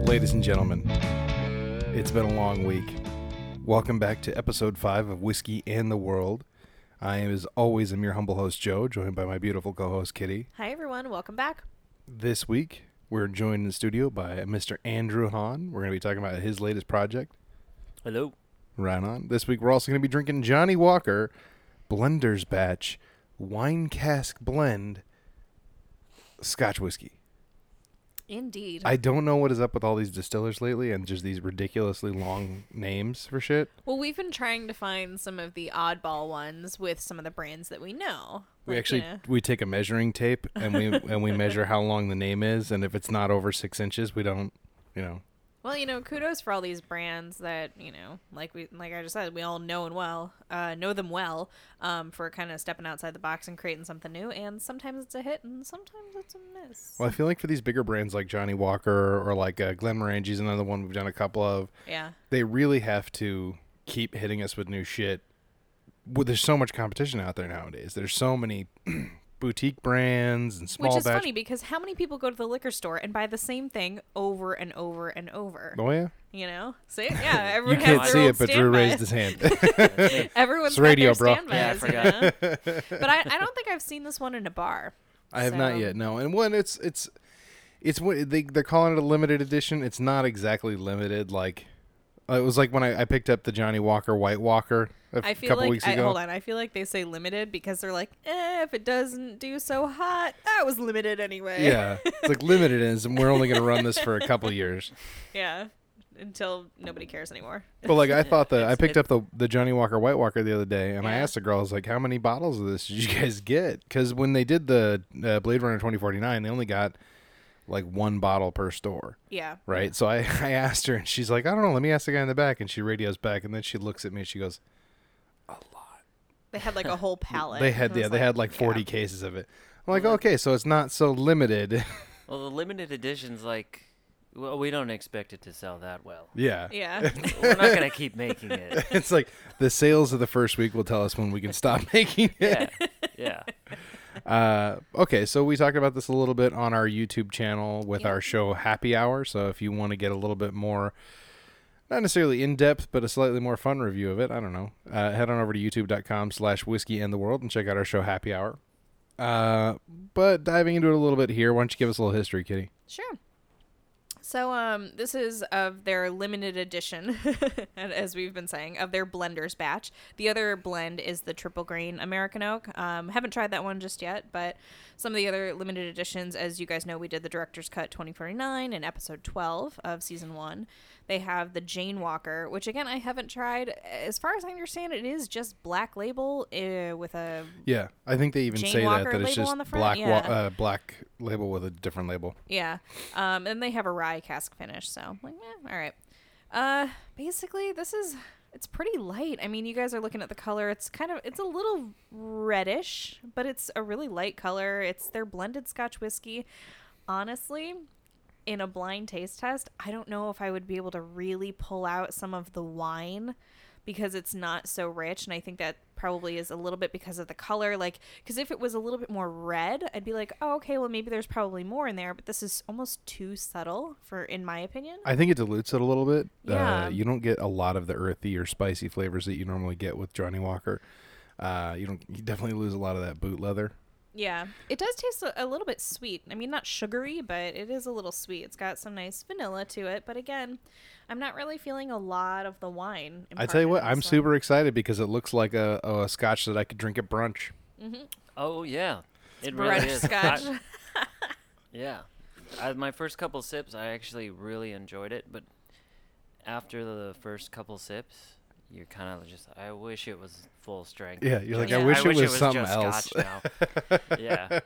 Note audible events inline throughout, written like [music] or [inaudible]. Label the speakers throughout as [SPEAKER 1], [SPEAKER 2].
[SPEAKER 1] ladies and gentlemen. It's been a long week. Welcome back to episode five of Whiskey and the World. I am, as always, am your humble host, Joe, joined by my beautiful co host, Kitty.
[SPEAKER 2] Hi, everyone. Welcome back.
[SPEAKER 1] This week, we're joined in the studio by Mr. Andrew Hahn. We're going to be talking about his latest project,
[SPEAKER 3] Hello.
[SPEAKER 1] Right on. This week we're also going to be drinking Johnny Walker Blender's Batch Wine Cask Blend Scotch Whiskey.
[SPEAKER 2] Indeed.
[SPEAKER 1] I don't know what is up with all these distillers lately and just these ridiculously long names for shit.
[SPEAKER 2] well, we've been trying to find some of the oddball ones with some of the brands that we know.
[SPEAKER 1] We
[SPEAKER 2] Like,
[SPEAKER 1] actually
[SPEAKER 2] you know,
[SPEAKER 1] we take a measuring tape and
[SPEAKER 2] [laughs]
[SPEAKER 1] we and we measure how long the name is and if it's not over six inches we don't you know
[SPEAKER 2] well, you know, kudos for all these brands that you know, like we, like I just said, we all know and well, uh, know them well, um, for kind of stepping outside the box and creating something new. And sometimes it's a hit, and sometimes it's a miss.
[SPEAKER 1] Well I feel like for these bigger brands like Johnny Walker or like uh, Glenmorangie's another one we've done a couple of
[SPEAKER 2] Yeah.
[SPEAKER 1] they really have to keep hitting us with new shit. Well, there's so much competition out there nowadays. There's so many [clears throat] boutique brands and small
[SPEAKER 2] Which is
[SPEAKER 1] batch.
[SPEAKER 2] funny because how many people go to the liquor store and buy the same thing over and over and over?
[SPEAKER 1] Oh yeah,
[SPEAKER 2] You know, see,
[SPEAKER 1] [laughs]
[SPEAKER 2] yeah,
[SPEAKER 1] you
[SPEAKER 2] everyone
[SPEAKER 1] can't
[SPEAKER 2] has their
[SPEAKER 1] see
[SPEAKER 2] old
[SPEAKER 1] it, but Drew
[SPEAKER 2] standby.
[SPEAKER 1] raised his
[SPEAKER 2] [laughs]
[SPEAKER 1] hand.
[SPEAKER 2] Everyone's
[SPEAKER 1] It's
[SPEAKER 2] got
[SPEAKER 1] radio,
[SPEAKER 2] their
[SPEAKER 1] bro.
[SPEAKER 2] standbys,
[SPEAKER 3] Yeah, I
[SPEAKER 2] you know?
[SPEAKER 1] [laughs]
[SPEAKER 2] but I, I don't think I've seen this one in a bar.
[SPEAKER 1] I have not
[SPEAKER 2] So-
[SPEAKER 1] yet. No, and when it's it's it's what they they're calling it a limited edition. It's not exactly limited. Like uh, it was like when I, I picked up the Johnny Walker White Walker a
[SPEAKER 2] I feel
[SPEAKER 1] couple
[SPEAKER 2] like
[SPEAKER 1] weeks
[SPEAKER 2] I,
[SPEAKER 1] ago.
[SPEAKER 2] hold on. I feel like they say limited because they're like, eh, if it doesn't do so hot, that was limited anyway.
[SPEAKER 1] [laughs] Yeah, it's like limited is, and we're only going to run this for a couple years.
[SPEAKER 2] [laughs] yeah. Until nobody cares anymore.
[SPEAKER 1] But like I
[SPEAKER 2] [laughs]
[SPEAKER 1] thought that I
[SPEAKER 3] It's-
[SPEAKER 1] picked
[SPEAKER 3] it-
[SPEAKER 1] up the the Johnny Walker White Walker the other day, and I
[SPEAKER 2] Yeah.
[SPEAKER 1] asked the girl, I was like, "How many bottles of this did you [laughs] guys get?" Because when they did the uh, Blade Runner twenty forty nine, they only got like one bottle per store,
[SPEAKER 2] Yeah.
[SPEAKER 1] right? So I [laughs] I asked her, and she's like, "I don't know. Let me ask the guy in the back." And she radios back, and then she looks at me, and she goes,
[SPEAKER 2] They had like a whole palette.
[SPEAKER 1] "They
[SPEAKER 2] I
[SPEAKER 1] had yeah,
[SPEAKER 2] was
[SPEAKER 1] they had like forty cases of it." I'm like, "Okay, so it's not so limited." [laughs]
[SPEAKER 3] Well, the limited edition's like, well, we don't expect it to sell that well.
[SPEAKER 1] yeah,
[SPEAKER 2] Yeah. yeah.
[SPEAKER 3] We're not gonna keep making it.
[SPEAKER 1] [laughs] It's like the sales of the first week will tell us when we can stop [laughs] making it.
[SPEAKER 3] Yeah, yeah.
[SPEAKER 1] Uh, okay, so we talked about this a little bit on our YouTube channel with
[SPEAKER 2] Yeah.
[SPEAKER 1] our show Happy Hour. So if you want to get a little bit more, not necessarily in depth, but a slightly more fun review of it, I don't know, uh, head on over to youtube.com slash whiskey and the world and check out our show Happy Hour. Uh, but diving into it a little bit here, why don't you give us a little history, Kitty?
[SPEAKER 2] Sure. So um, this is of their limited edition, [laughs] and as we've been saying, of their blenders batch. The other blend is the triple grain American oak. Um, haven't tried that one just yet, but some of the other limited editions, as you guys know, we did the director's cut 2049 and episode 12 of season one. They have the Jane Walker, which again I haven't tried. As far as I understand, it is just black label uh, with a
[SPEAKER 1] Yeah, I think they even
[SPEAKER 2] Jane
[SPEAKER 1] say
[SPEAKER 2] Walker
[SPEAKER 1] that that it's
[SPEAKER 2] label
[SPEAKER 1] just
[SPEAKER 2] on the front?
[SPEAKER 1] black
[SPEAKER 2] Yeah.
[SPEAKER 1] wa- uh, black label with a different label.
[SPEAKER 2] Yeah. Um, and they have a rye cask finish, so I'm like, eh, all right. Uh, basically, this is it's pretty light. I mean, you guys are looking at the color. It's kind of it's a little reddish, but it's a really light color. It's their blended Scotch whiskey. Honestly, in a blind taste test, I don't know if I would be able to really pull out some of the wine because it's not so rich and I think that probably is a little bit because of the color like cuz if it was a little bit more red, I'd be like, "Oh, okay, well maybe there's probably more in there, but this is almost too subtle for in my opinion."
[SPEAKER 1] I think it dilutes it a little bit.
[SPEAKER 2] Yeah.
[SPEAKER 1] Uh, you don't get a lot of the earthy or spicy flavors that you normally get with Johnny Walker. Uh, you don't. You definitely lose a lot of that boot leather.
[SPEAKER 2] Yeah. It does taste a, a little bit sweet. I mean, not sugary, but it is a little sweet. It's got some nice vanilla to it, but again, I'm not really feeling a lot of the wine.
[SPEAKER 1] I tell you what,
[SPEAKER 2] imparted,
[SPEAKER 1] I'm
[SPEAKER 2] so-
[SPEAKER 1] super excited because it looks like a, a scotch that I could drink at brunch.
[SPEAKER 3] Oh yeah, it
[SPEAKER 2] Brunch
[SPEAKER 3] really
[SPEAKER 2] [laughs]
[SPEAKER 3] is.
[SPEAKER 2] scotch.
[SPEAKER 3] I- yeah, I, my first couple sips, I actually really enjoyed it, but after the first couple sips, you're kind of just, I wish it was full strength.
[SPEAKER 1] Yeah, you're like,
[SPEAKER 2] I
[SPEAKER 3] Just-
[SPEAKER 2] wish
[SPEAKER 1] it was something
[SPEAKER 3] just
[SPEAKER 1] else.
[SPEAKER 3] Scotch
[SPEAKER 1] [laughs]
[SPEAKER 3] now. yeah,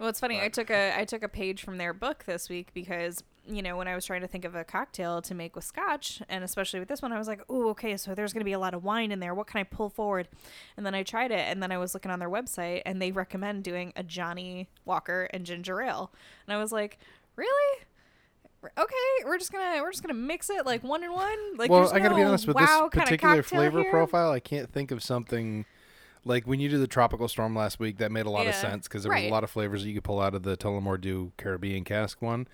[SPEAKER 2] Well, it's funny. I
[SPEAKER 3] But-
[SPEAKER 2] took a I took a page from their book this week because you know when I was trying to think of a cocktail to make with scotch, and especially with this one, I was like, "Oh, okay, so there's going to be a lot of wine in there. What can I pull forward?" And then I tried it, and then I was looking on their website, and they recommend doing a Johnny Walker and ginger ale, and I was like, "Really?" Okay, we're just gonna we're just gonna mix it like one in one. Like
[SPEAKER 1] well,
[SPEAKER 2] there's
[SPEAKER 1] I gotta
[SPEAKER 2] no
[SPEAKER 1] be honest with
[SPEAKER 2] wow
[SPEAKER 1] this
[SPEAKER 2] kinda
[SPEAKER 1] particular
[SPEAKER 2] cocktail
[SPEAKER 1] flavor
[SPEAKER 2] here.
[SPEAKER 1] profile. I can't think of something like when you did the tropical storm last week. That made a lot of
[SPEAKER 2] Yeah.
[SPEAKER 1] sense because there was
[SPEAKER 2] Right.
[SPEAKER 1] a lot of flavors that you could pull out of the Tullamore Dew Caribbean cask one.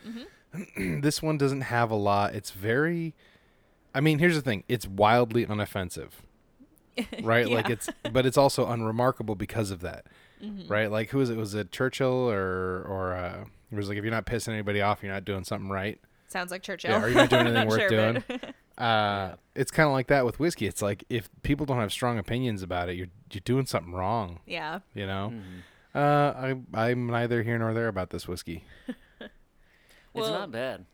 [SPEAKER 1] [clears throat]
[SPEAKER 2] Mm-hmm.
[SPEAKER 1] this one doesn't have a lot. It's very I mean, here's the thing. It's wildly
[SPEAKER 2] [laughs]
[SPEAKER 1] unoffensive. Right? Like
[SPEAKER 2] Yeah.
[SPEAKER 1] it's but it's also unremarkable because of that.
[SPEAKER 2] Mm-hmm.
[SPEAKER 1] Right? Like who is it? Was it Churchill or or uh it was like if you're not pissing anybody off, you're not doing something right.
[SPEAKER 2] Sounds like Churchill.
[SPEAKER 1] Yeah, are you not doing
[SPEAKER 2] [laughs] I'm
[SPEAKER 1] anything worth
[SPEAKER 2] sure,
[SPEAKER 1] doing?
[SPEAKER 2] but-
[SPEAKER 1] Uh, it's kind of like that with whiskey. It's like if people don't have strong opinions about it, you're you're doing something wrong.
[SPEAKER 2] yeah.
[SPEAKER 1] You
[SPEAKER 3] Mm.
[SPEAKER 1] know,
[SPEAKER 3] Mm-hmm.
[SPEAKER 1] uh, I I'm neither here nor there about this whiskey.
[SPEAKER 2] Well-
[SPEAKER 3] it's not bad.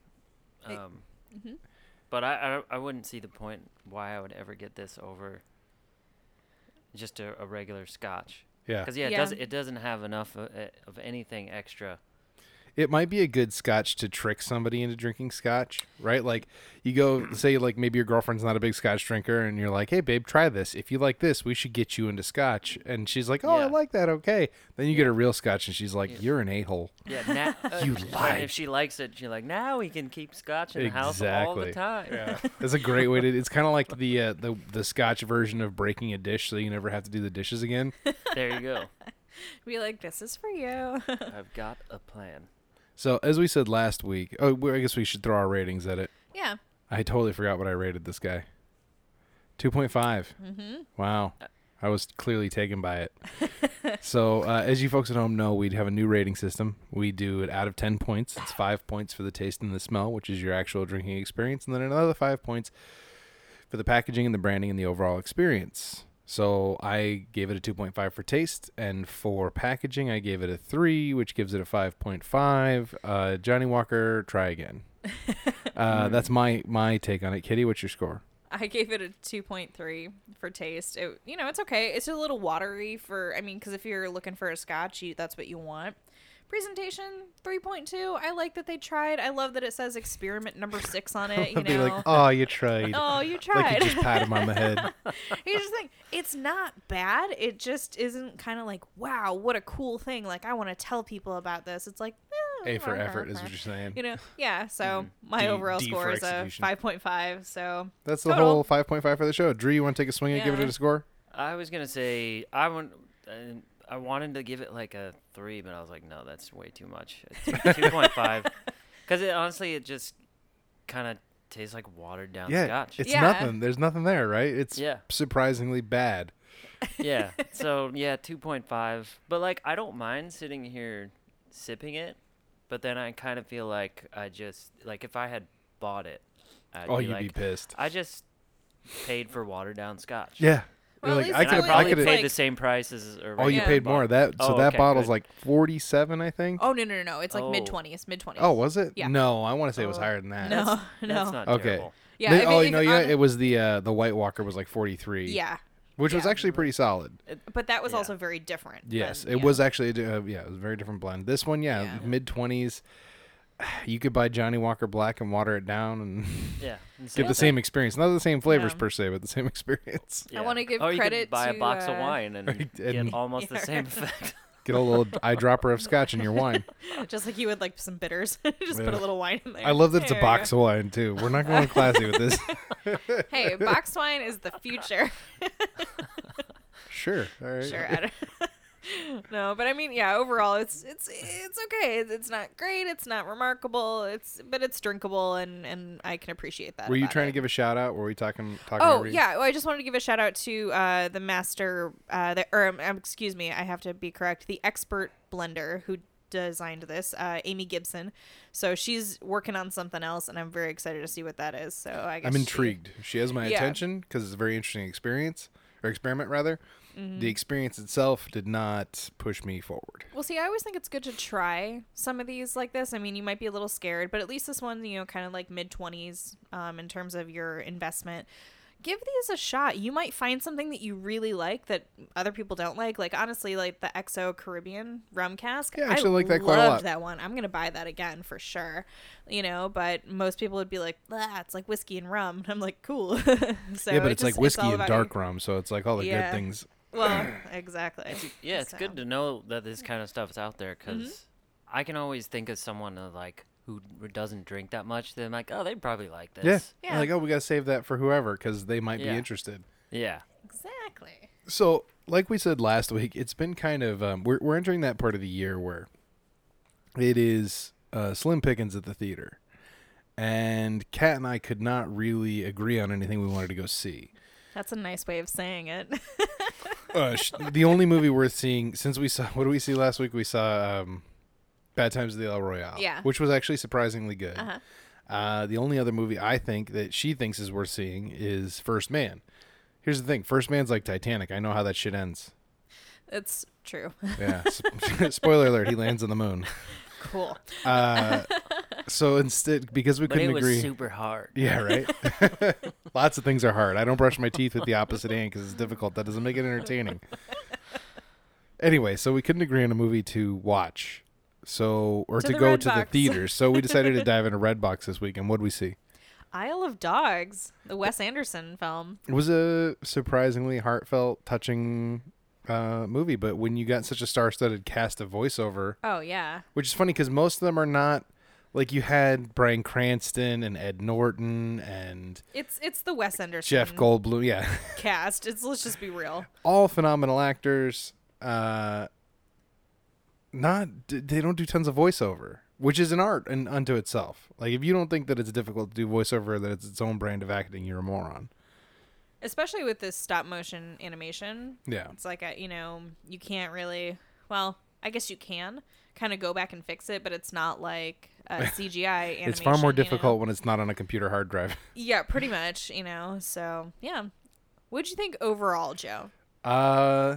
[SPEAKER 3] Um,
[SPEAKER 2] It- Mm-hmm.
[SPEAKER 3] But I, I I wouldn't see the point why I would ever get this over just a, a regular Scotch.
[SPEAKER 1] Yeah,
[SPEAKER 3] Because yeah, it
[SPEAKER 2] Yeah.
[SPEAKER 3] does it doesn't have enough of, of anything extra.
[SPEAKER 1] it might be a good scotch to trick somebody into drinking scotch, right? Like you go say like maybe your girlfriend's not a big scotch drinker, and you're like, hey babe, try this. If you like this, we should get you into scotch. And she's like, oh, I
[SPEAKER 3] Yeah.
[SPEAKER 1] like that. Okay. Then you get a real scotch, and she's like, you're an a hole.
[SPEAKER 2] [laughs]
[SPEAKER 3] Yeah, now
[SPEAKER 1] You
[SPEAKER 3] And
[SPEAKER 1] lied.
[SPEAKER 3] if she likes it, she's like, now we can keep Scotch in the house all
[SPEAKER 1] Exactly.
[SPEAKER 3] the time.
[SPEAKER 1] [laughs] That's a great way to. It's kind of like the uh, the the Scotch version of breaking a dish, so you never have to do the dishes again.
[SPEAKER 3] [laughs] There
[SPEAKER 1] [laughs]
[SPEAKER 3] you go.
[SPEAKER 2] Be like, this is for you. [laughs]
[SPEAKER 3] I've got a plan.
[SPEAKER 1] So as we said last week, oh, well, I guess we should throw our ratings at it.
[SPEAKER 2] yeah.
[SPEAKER 1] I totally forgot what I rated this guy. Two point five. Wow, I was clearly taken by it. so uh, as you folks at home know, we'd have a new rating system. We do it out of ten points. It's five points for the taste and the smell, which is your actual drinking experience, and then another five points for the packaging and the branding and the overall experience. So I gave it a 2.5 for taste, and for packaging, I gave it a 3, which gives it a 5.5. Uh, Johnny Walker, try again. uh, that's my my take on it. Kitty, what's your score?
[SPEAKER 2] I gave it a 2.3 for taste. It, you know, it's okay. It's a little watery for, I mean, because if you're looking for a scotch, you, that's what you want. Presentation 3.2. I like that they tried. I love that it says experiment number six
[SPEAKER 1] [laughs]
[SPEAKER 2] on it. You
[SPEAKER 1] I'd be
[SPEAKER 2] know,
[SPEAKER 1] like, oh, you tried. [laughs]
[SPEAKER 2] [laughs] oh, you
[SPEAKER 1] Like
[SPEAKER 2] tried.
[SPEAKER 1] you just pat
[SPEAKER 2] [laughs]
[SPEAKER 1] him on the head.
[SPEAKER 2] Here's the thing. It's not bad. It just isn't kind of like, wow, what a cool thing. Like, I want to tell people about this. It's like, eh,
[SPEAKER 1] A for
[SPEAKER 2] eh,
[SPEAKER 1] effort
[SPEAKER 2] eh,
[SPEAKER 1] is
[SPEAKER 2] eh.
[SPEAKER 1] what you're saying.
[SPEAKER 2] You know, yeah. So my
[SPEAKER 1] D-
[SPEAKER 2] overall
[SPEAKER 1] D
[SPEAKER 2] score
[SPEAKER 1] for
[SPEAKER 2] is a
[SPEAKER 1] execution.
[SPEAKER 2] 5.5. So
[SPEAKER 1] That's the whole
[SPEAKER 2] total.
[SPEAKER 1] 5.5 for the show. Drew, you want to take a swing at giving
[SPEAKER 2] Yeah.
[SPEAKER 1] it a score?
[SPEAKER 3] I was gonna say I want. I- I wanted to give it like a three, but I was like, no, that's way too much.
[SPEAKER 1] [laughs]
[SPEAKER 3] Two point five, because it honestly it just kind of tastes like watered down
[SPEAKER 1] yeah,
[SPEAKER 3] scotch.
[SPEAKER 1] it's
[SPEAKER 2] Yeah.
[SPEAKER 1] nothing. There's nothing there, right? It's
[SPEAKER 3] Yeah.
[SPEAKER 1] surprisingly bad.
[SPEAKER 3] [laughs] yeah. So yeah, two point five. But like, I don't mind sitting here sipping it, but then I kind of feel like I just like if I had bought it, I'd
[SPEAKER 1] oh,
[SPEAKER 3] be
[SPEAKER 1] you'd
[SPEAKER 3] like,
[SPEAKER 1] be pissed.
[SPEAKER 3] I just paid for watered down scotch.
[SPEAKER 1] Yeah.
[SPEAKER 2] Well,
[SPEAKER 1] You're
[SPEAKER 2] at
[SPEAKER 1] like,
[SPEAKER 2] least
[SPEAKER 1] I
[SPEAKER 2] it's
[SPEAKER 1] could,
[SPEAKER 3] And I
[SPEAKER 2] only
[SPEAKER 1] I
[SPEAKER 3] probably
[SPEAKER 1] could,
[SPEAKER 2] like-
[SPEAKER 3] paid the same price as. a
[SPEAKER 1] oh, you
[SPEAKER 3] regular
[SPEAKER 2] Yeah.
[SPEAKER 1] paid
[SPEAKER 3] bottle.
[SPEAKER 1] more. That so
[SPEAKER 3] Oh,
[SPEAKER 1] that
[SPEAKER 3] okay,
[SPEAKER 1] bottle's
[SPEAKER 3] good.
[SPEAKER 1] like forty-seven, I think.
[SPEAKER 2] Oh no no no! It's like
[SPEAKER 3] Oh.
[SPEAKER 2] mid twenties, mid twenties.
[SPEAKER 1] Oh, was it?
[SPEAKER 2] Yeah.
[SPEAKER 1] No, I want to say it was
[SPEAKER 3] Oh.
[SPEAKER 1] higher than that.
[SPEAKER 2] no
[SPEAKER 3] that's-
[SPEAKER 2] no.
[SPEAKER 3] That's not
[SPEAKER 1] Okay.
[SPEAKER 3] terrible.
[SPEAKER 2] Yeah,
[SPEAKER 1] They-
[SPEAKER 2] if
[SPEAKER 1] oh,
[SPEAKER 2] it-
[SPEAKER 1] no,
[SPEAKER 2] if
[SPEAKER 1] yeah,
[SPEAKER 2] on-
[SPEAKER 1] it was the uh, the White Walker was like forty-three.
[SPEAKER 2] yeah,
[SPEAKER 1] Which was
[SPEAKER 2] yeah.
[SPEAKER 1] actually pretty solid.
[SPEAKER 2] but that was
[SPEAKER 3] Yeah.
[SPEAKER 2] also very different.
[SPEAKER 1] Yes,
[SPEAKER 2] than-
[SPEAKER 1] it
[SPEAKER 2] yeah.
[SPEAKER 1] was actually a di- uh, yeah, it was a very different blend. This one, yeah,
[SPEAKER 2] Yeah.
[SPEAKER 1] mid twenties. [sighs] You could buy Johnny Walker Black and water it down and [laughs]
[SPEAKER 3] Yeah. and
[SPEAKER 1] get the
[SPEAKER 3] thing.
[SPEAKER 1] same experience. Not the same flavors
[SPEAKER 2] Yeah.
[SPEAKER 1] per se, but the same [laughs] experience.
[SPEAKER 2] I wanna give
[SPEAKER 3] or you could
[SPEAKER 2] credit
[SPEAKER 3] buy
[SPEAKER 2] to,
[SPEAKER 3] a box
[SPEAKER 2] uh,
[SPEAKER 3] of wine and,
[SPEAKER 1] Right, [laughs] and-
[SPEAKER 3] get almost
[SPEAKER 2] Yeah,
[SPEAKER 3] the same [laughs]
[SPEAKER 2] right.
[SPEAKER 3] effect.
[SPEAKER 1] Get a
[SPEAKER 2] [laughs]
[SPEAKER 1] little eyedropper of scotch in your wine.
[SPEAKER 2] [laughs] just like you would like some bitters. [laughs] just
[SPEAKER 1] Yeah.
[SPEAKER 2] put a little wine in there.
[SPEAKER 1] I love that it's a
[SPEAKER 2] There
[SPEAKER 1] box
[SPEAKER 2] you
[SPEAKER 1] of wine too. We're not going classy with
[SPEAKER 2] [laughs]
[SPEAKER 1] this. [laughs]
[SPEAKER 2] go. hey, box wine is the
[SPEAKER 3] [laughs]
[SPEAKER 2] future.
[SPEAKER 1] Sure. All right.
[SPEAKER 2] sure. I don't... [laughs] no, but I mean, yeah. Overall, it's it's it's okay. It's- It's not great. It's not remarkable. It's but it's drinkable, and and I can appreciate that.
[SPEAKER 1] Were you
[SPEAKER 2] about
[SPEAKER 1] trying
[SPEAKER 2] it.
[SPEAKER 1] to give a shout out? Were we talking? talking
[SPEAKER 2] Oh
[SPEAKER 1] over you?
[SPEAKER 2] yeah, well, I just wanted to give a shout out to uh, the master, uh, the or um, um, excuse me, I have to be correct, the expert blender who designed this, uh, Amy Gibson. So she's working on something else, and I'm very excited to see what that is. So I guess
[SPEAKER 1] I'm
[SPEAKER 2] she-
[SPEAKER 1] intrigued. She, has my
[SPEAKER 2] Yeah.
[SPEAKER 1] attention because it's a very interesting experience or experiment rather.
[SPEAKER 2] Mm-hmm.
[SPEAKER 1] The experience itself did not push me forward.
[SPEAKER 2] Well, see, I always think it's good to try some of these like this. I mean, you might be a little scared, but at least this one, you know, kind of like mid 20s um, in terms of your investment. Give these a shot. You might find something that you really like that other people don't like. Like, honestly, like the XO Caribbean rum cask.
[SPEAKER 1] Yeah, I actually like that quite a
[SPEAKER 2] loved
[SPEAKER 1] lot.
[SPEAKER 2] that one. I'm going to buy that again for sure. You know, but most people would be like, ah, it's like whiskey and rum. [laughs] And I'm like, cool. so
[SPEAKER 1] yeah, but
[SPEAKER 2] it
[SPEAKER 1] it's
[SPEAKER 2] just-
[SPEAKER 1] like whiskey
[SPEAKER 2] all
[SPEAKER 1] and
[SPEAKER 2] about your-
[SPEAKER 1] dark rum, so it's like all the
[SPEAKER 2] Yeah.
[SPEAKER 1] good things.
[SPEAKER 2] Well,
[SPEAKER 1] [clears throat]
[SPEAKER 2] exactly.
[SPEAKER 3] yeah, it's
[SPEAKER 2] So.
[SPEAKER 3] good to know that this kind of stuff's out there because I can always think of someone uh, like who d- doesn't drink that much. They're like, oh, they'd probably like
[SPEAKER 1] Yeah.
[SPEAKER 3] this.
[SPEAKER 2] Yeah.
[SPEAKER 1] Like, oh, we got to save that for whoever because they might
[SPEAKER 3] Yeah.
[SPEAKER 1] be interested.
[SPEAKER 3] Yeah.
[SPEAKER 2] Exactly.
[SPEAKER 1] So, like we said last week, it's been kind of um, we're we're entering that part of the year where it is uh, slim pickings at the theater. and Kat and I could not really agree on anything we wanted to go see.
[SPEAKER 2] That's a nice way of saying it. [laughs]
[SPEAKER 1] Uh, sh- the only movie worth seeing since we saw [laughs] what did we see last week? We saw um, Bad Times at the El Royale,
[SPEAKER 2] Yeah.
[SPEAKER 1] which was actually surprisingly good.
[SPEAKER 2] Uh-huh.
[SPEAKER 1] Uh, the only other movie I think that she thinks is worth seeing is First Man. Here's the thing: First Man's like Titanic. I know how that shit ends.
[SPEAKER 2] it's true. [laughs]
[SPEAKER 1] Yeah. Sp- [laughs] Spoiler alert: He lands on the moon.
[SPEAKER 2] cool.
[SPEAKER 1] Uh, so instead, because we
[SPEAKER 3] But it
[SPEAKER 1] couldn't
[SPEAKER 3] was
[SPEAKER 1] agree,
[SPEAKER 3] super hard.
[SPEAKER 1] yeah, right. [laughs] Lots of things are hard. I don't brush my teeth with the opposite hand because it's difficult. That doesn't make it entertaining. Anyway, so we couldn't agree on a movie to watch, so or
[SPEAKER 2] To
[SPEAKER 1] to,
[SPEAKER 2] the
[SPEAKER 1] go
[SPEAKER 2] Red
[SPEAKER 1] to the
[SPEAKER 2] Box.
[SPEAKER 1] theaters. So
[SPEAKER 2] [laughs]
[SPEAKER 1] we decided to dive into Redbox this week, and what would we see?
[SPEAKER 2] Isle of Dogs, the Wes Anderson film.
[SPEAKER 1] It was a surprisingly heartfelt, touching uh, movie. But when you got such a star-studded cast of voiceover,
[SPEAKER 2] Oh yeah.
[SPEAKER 1] which is funny because most of them are not like you had Brian Cranston and Ed Norton and
[SPEAKER 2] It's it's the Wes Anderson
[SPEAKER 1] Jeff Goldblum. Yeah,
[SPEAKER 2] cast. It's let's just be real.
[SPEAKER 1] all phenomenal actors. Uh, not d- they don't do tons of voiceover, which is an art and unto itself. Like if you don't think that it's difficult to do voiceover, that it's its own brand of acting, you're a moron.
[SPEAKER 2] Especially with this stop motion animation.
[SPEAKER 1] Yeah,
[SPEAKER 2] It's like a, you know, you can't really well, I guess you can kind of go back and fix it, but it's not like uh, [laughs] CGI animation.
[SPEAKER 1] it's far more
[SPEAKER 2] you know?
[SPEAKER 1] difficult when it's not on a computer hard drive. [laughs]
[SPEAKER 2] Yeah, pretty much, you know. So, yeah. What'd you think overall, Joe?
[SPEAKER 1] Uh,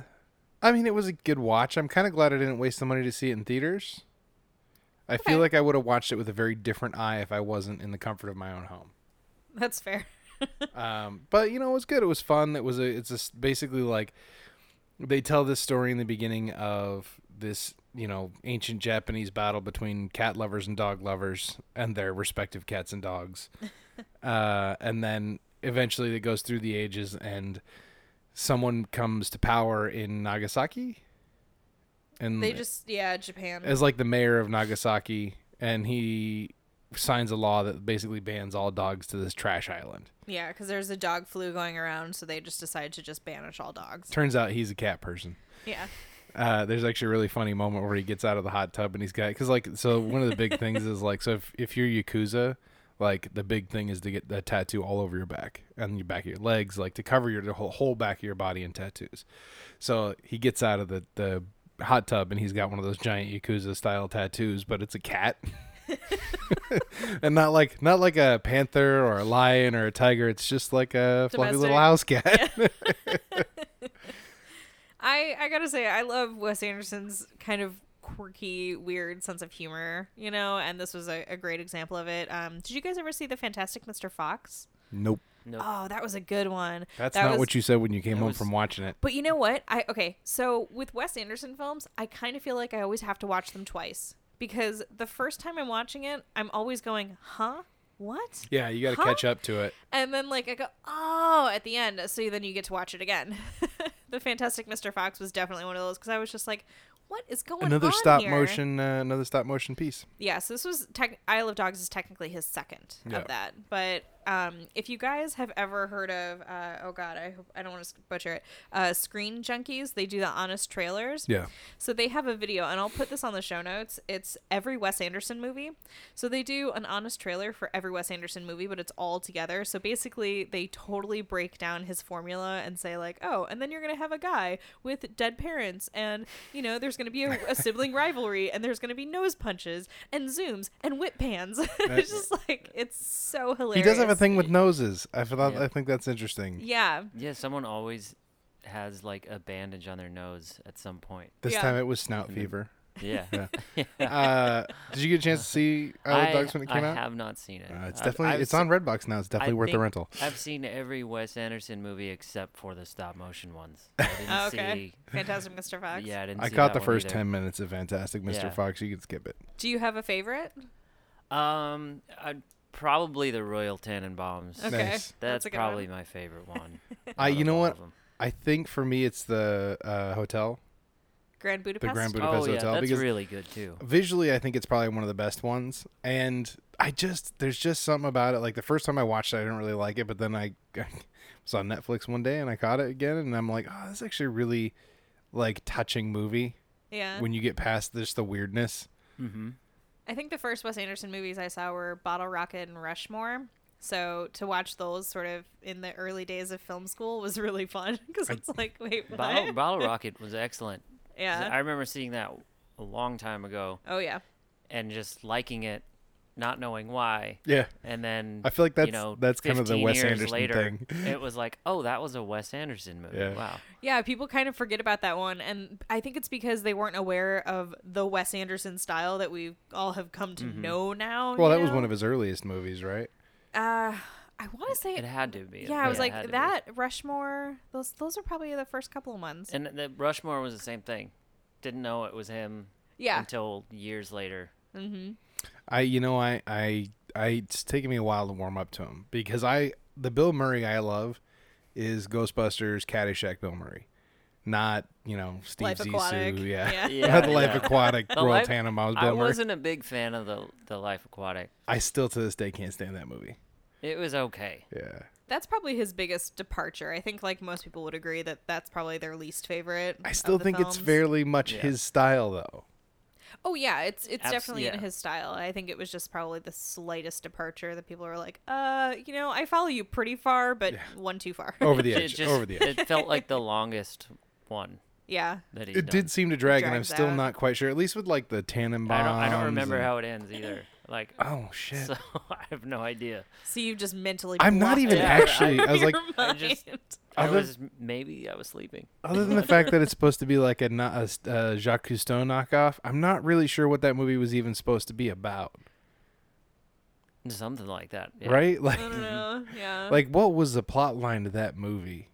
[SPEAKER 1] I mean, it was a good watch. I'm kind of glad I didn't waste the money to see it in theaters. I feel
[SPEAKER 2] Okay.
[SPEAKER 1] like I would have watched it with a very different eye if I wasn't in the comfort of my own home.
[SPEAKER 2] That's fair. [laughs]
[SPEAKER 1] Um, but you know, it was good. It was fun. It was a. It's a s basically like they tell this story in the beginning of this, you know, ancient Japanese battle between cat lovers and dog lovers and their respective cats and
[SPEAKER 2] [laughs]
[SPEAKER 1] dogs. uh, and then eventually it goes through the ages and someone comes to power in Nagasaki. And
[SPEAKER 2] They just yeah, Japan.
[SPEAKER 1] as like the mayor of Nagasaki and he signs a law that basically bans all dogs to this trash island.
[SPEAKER 2] Yeah, cuz there's a dog flu going around, so they just decided to just banish all dogs.
[SPEAKER 1] Turns out he's a cat person.
[SPEAKER 2] Yeah.
[SPEAKER 1] Uh, there's actually a really funny moment where he gets out of the hot tub and he's got because like so one of the big things is like so if, if you're yakuza like the big thing is to get the tattoo all over your back and your back of your legs like to cover your the whole, whole back of your body in tattoos so he gets out of the the hot tub and he's got one of those giant yakuza style tattoos but it's a cat [laughs] and not like not like a panther or a lion or a tiger it's just like a fluffy
[SPEAKER 2] Domestic.
[SPEAKER 1] little house cat
[SPEAKER 2] I I gotta say I love Wes Anderson's kind of quirky, weird sense of humor, you know. And this was a, a great example of it. Um, did you guys ever see the Fantastic Mr. Fox?
[SPEAKER 1] [laughs] nope
[SPEAKER 3] No,
[SPEAKER 2] Oh, that was a good one.
[SPEAKER 1] that's
[SPEAKER 2] That
[SPEAKER 1] not
[SPEAKER 2] was-
[SPEAKER 1] what you said when you came
[SPEAKER 3] That
[SPEAKER 1] home
[SPEAKER 3] was-
[SPEAKER 1] from watching it
[SPEAKER 2] But you know what? I okay. So with Wes Anderson films, I kind of feel like I always have to watch them twice because the first time I'm watching it, I'm always going, "Huh? What?"
[SPEAKER 1] Yeah, you got to
[SPEAKER 2] Huh?
[SPEAKER 1] catch up to it.
[SPEAKER 2] And then like I go, "Oh!" At the end, so then you get to watch it again. [laughs] the Fantastic Mr. Fox was definitely one of those because I was just like, "What is going on?"
[SPEAKER 1] Another stop
[SPEAKER 2] here?
[SPEAKER 1] motion, uh, another stop motion piece.
[SPEAKER 2] Yeah, so this was tech- Isle of Dogs is technically his second
[SPEAKER 1] Yeah.
[SPEAKER 2] of that. But um, if you guys have ever heard of, uh, oh god, I hope I don't want to butcher it. Uh, Screen Junkies, they do the honest trailers.
[SPEAKER 1] Yeah.
[SPEAKER 2] So they have a video, and I'll put this on the show notes. It's every Wes Anderson movie. So they do an honest trailer for every Wes Anderson movie, but it's all together. So basically, they totally break down his formula and say, like, oh, and then you're going to have a guy with dead parents, and, you know, there's going to be a,
[SPEAKER 1] [laughs]
[SPEAKER 2] a sibling rivalry, and there's going to be nose punches, and zooms, and whip pans. [laughs] it's just like, it's so
[SPEAKER 1] He
[SPEAKER 2] hilarious.
[SPEAKER 1] does have a thing with noses. I thought,
[SPEAKER 3] Yeah.
[SPEAKER 1] I think that's interesting.
[SPEAKER 2] Yeah.
[SPEAKER 3] Yeah, someone always has like a bandage on their nose at some point.
[SPEAKER 1] This
[SPEAKER 2] Yeah.
[SPEAKER 1] time it was snout fever.
[SPEAKER 3] [laughs] Yeah.
[SPEAKER 1] Yeah. uh, did you get a chance to see Isle
[SPEAKER 3] I-
[SPEAKER 1] of Dogs when it came
[SPEAKER 3] I
[SPEAKER 1] out?
[SPEAKER 3] have not seen it.
[SPEAKER 1] Uh, it's
[SPEAKER 3] I've-
[SPEAKER 1] definitely
[SPEAKER 3] I've
[SPEAKER 1] it's
[SPEAKER 3] se-
[SPEAKER 1] on Redbox now. It's
[SPEAKER 3] I
[SPEAKER 1] definitely worth the
[SPEAKER 3] think
[SPEAKER 1] rental.
[SPEAKER 3] I've seen every Wes Anderson movie except for the stop motion ones. [laughs] I didn't
[SPEAKER 2] Oh, okay.
[SPEAKER 3] see.
[SPEAKER 2] Fantastic Mr. Fox.
[SPEAKER 3] [laughs] Yeah, I didn't.
[SPEAKER 1] I
[SPEAKER 3] see
[SPEAKER 1] caught
[SPEAKER 3] that
[SPEAKER 1] the
[SPEAKER 3] one
[SPEAKER 1] first
[SPEAKER 3] either.
[SPEAKER 1] ten minutes of Fantastic Mr.
[SPEAKER 3] Yeah.
[SPEAKER 1] Fox. You can
[SPEAKER 3] [laughs]
[SPEAKER 1] skip it.
[SPEAKER 2] Do you have a favorite?
[SPEAKER 3] Um, I'd, probably the Royal Tannenbaums.
[SPEAKER 2] Okay.
[SPEAKER 1] Nice.
[SPEAKER 3] That's,
[SPEAKER 2] a good one.
[SPEAKER 3] probably my
[SPEAKER 2] [laughs]
[SPEAKER 3] favorite one.
[SPEAKER 1] I-
[SPEAKER 3] out
[SPEAKER 1] you [laughs]
[SPEAKER 3] of
[SPEAKER 1] know
[SPEAKER 3] all
[SPEAKER 1] what?
[SPEAKER 3] of 'em.
[SPEAKER 1] I think for me it's the uh, hotel,
[SPEAKER 2] Grand
[SPEAKER 1] the
[SPEAKER 2] Budapest.
[SPEAKER 1] Grand
[SPEAKER 3] Oh
[SPEAKER 1] Budapest
[SPEAKER 3] yeah,
[SPEAKER 1] Hotel,
[SPEAKER 3] that's
[SPEAKER 1] because
[SPEAKER 3] really good too.
[SPEAKER 1] visually I think it's probably one of the best ones. And I just there's just something about it. Like the first time I watched it, I didn't really like it, but then I, [laughs] I was on Netflix one day and I caught it again, and I'm like, oh, this is actually a really like touching movie
[SPEAKER 2] yeah.
[SPEAKER 1] when you get past just the weirdness.
[SPEAKER 3] Mm-hmm.
[SPEAKER 2] I think the first Wes Anderson movies I saw were Bottle Rocket and Rushmore. So to watch those sort of in the early days of film school was [laughs] really fun because it's like, wait, what? [laughs]
[SPEAKER 3] Bottle, Bottle Rocket was excellent. I
[SPEAKER 2] yeah.
[SPEAKER 3] remember seeing that a long time ago
[SPEAKER 2] Oh yeah.
[SPEAKER 3] and just liking it, not knowing why.
[SPEAKER 1] Yeah.
[SPEAKER 3] And then
[SPEAKER 1] I feel like that's
[SPEAKER 3] you know,
[SPEAKER 1] that's kind of the
[SPEAKER 3] 15
[SPEAKER 1] Wes
[SPEAKER 3] years
[SPEAKER 1] Anderson
[SPEAKER 3] later,
[SPEAKER 1] thing.
[SPEAKER 3] It
[SPEAKER 1] [laughs]
[SPEAKER 3] was like, oh, that was a Wes Anderson movie.
[SPEAKER 1] Yeah.
[SPEAKER 3] Wow.
[SPEAKER 2] Yeah, people kind of forget about that one, and I think it's because they weren't aware of the Wes Anderson style that we all have come to
[SPEAKER 3] Mm-hmm.
[SPEAKER 2] know now.
[SPEAKER 1] Well, that was one of his earliest movies, right?
[SPEAKER 2] Uh, I want to say,
[SPEAKER 3] It had to be.
[SPEAKER 2] yeah, I was
[SPEAKER 3] it had to
[SPEAKER 2] like
[SPEAKER 3] be.
[SPEAKER 2] that Rushmore. Those those are probably the first couple of ones.
[SPEAKER 3] And the Rushmore was the same thing. Didn't know it was him
[SPEAKER 2] yeah,
[SPEAKER 3] until years later.
[SPEAKER 1] I you know I I I it's taken me a while to warm up to him because I the Bill Murray I love is Ghostbusters Caddyshack Bill Murray, not you know Steve
[SPEAKER 2] Life Aquatic.
[SPEAKER 1] Zissou [laughs] yeah,
[SPEAKER 2] Yeah.
[SPEAKER 1] not the Life Aquatic
[SPEAKER 3] The
[SPEAKER 1] Royal
[SPEAKER 3] Life-
[SPEAKER 1] Tannenbaums
[SPEAKER 3] I
[SPEAKER 1] Bill Murray.
[SPEAKER 3] wasn't a big fan of the the Life Aquatic.
[SPEAKER 1] I still to this day can't stand that movie.
[SPEAKER 3] It was okay.
[SPEAKER 1] Yeah,
[SPEAKER 2] that's probably his biggest departure. I think like most people would agree that that's probably their least favorite.
[SPEAKER 1] I
[SPEAKER 2] of
[SPEAKER 1] still
[SPEAKER 2] the
[SPEAKER 1] think it's
[SPEAKER 2] films.
[SPEAKER 1] fairly much
[SPEAKER 3] Yeah.
[SPEAKER 1] his style though.
[SPEAKER 2] Oh yeah, it's it's
[SPEAKER 3] Abs-
[SPEAKER 2] definitely in
[SPEAKER 3] yeah.
[SPEAKER 2] his style. I think it was just probably the slightest departure that people were like, uh, you know, I follow you pretty far, but one too far.
[SPEAKER 1] Over the
[SPEAKER 3] [laughs] It
[SPEAKER 1] edge,
[SPEAKER 3] just
[SPEAKER 1] over the edge.
[SPEAKER 3] it felt like the longest one
[SPEAKER 2] [laughs] yeah.
[SPEAKER 3] that he's
[SPEAKER 1] It
[SPEAKER 3] done.
[SPEAKER 1] did seem to drag, and I'm
[SPEAKER 2] drags
[SPEAKER 1] still
[SPEAKER 2] out.
[SPEAKER 1] not quite sure. At least with like the Tannenbaums.
[SPEAKER 3] I don't I don't remember
[SPEAKER 1] and-
[SPEAKER 3] how it ends
[SPEAKER 1] [laughs]
[SPEAKER 3] either. Like
[SPEAKER 1] Oh shit!
[SPEAKER 3] [laughs] so I have no idea.
[SPEAKER 2] So you just mentally.
[SPEAKER 1] I'm not
[SPEAKER 3] [laughs]
[SPEAKER 2] blocked
[SPEAKER 1] even
[SPEAKER 2] it out
[SPEAKER 1] actually.
[SPEAKER 2] of
[SPEAKER 1] I was
[SPEAKER 2] your
[SPEAKER 1] like,
[SPEAKER 3] I just-
[SPEAKER 2] mind.
[SPEAKER 3] I
[SPEAKER 1] Other-
[SPEAKER 3] was maybe I was sleeping.
[SPEAKER 1] other than the fact that it's supposed to be like a, no- a s- a Jacques Cousteau knockoff, I'm not really sure what that movie was even supposed to be about.
[SPEAKER 3] Something like that. yeah.
[SPEAKER 1] Right? Like,
[SPEAKER 2] [laughs] I don't know.
[SPEAKER 3] Mm-hmm.
[SPEAKER 2] Yeah.
[SPEAKER 1] like what was the plot line to that movie?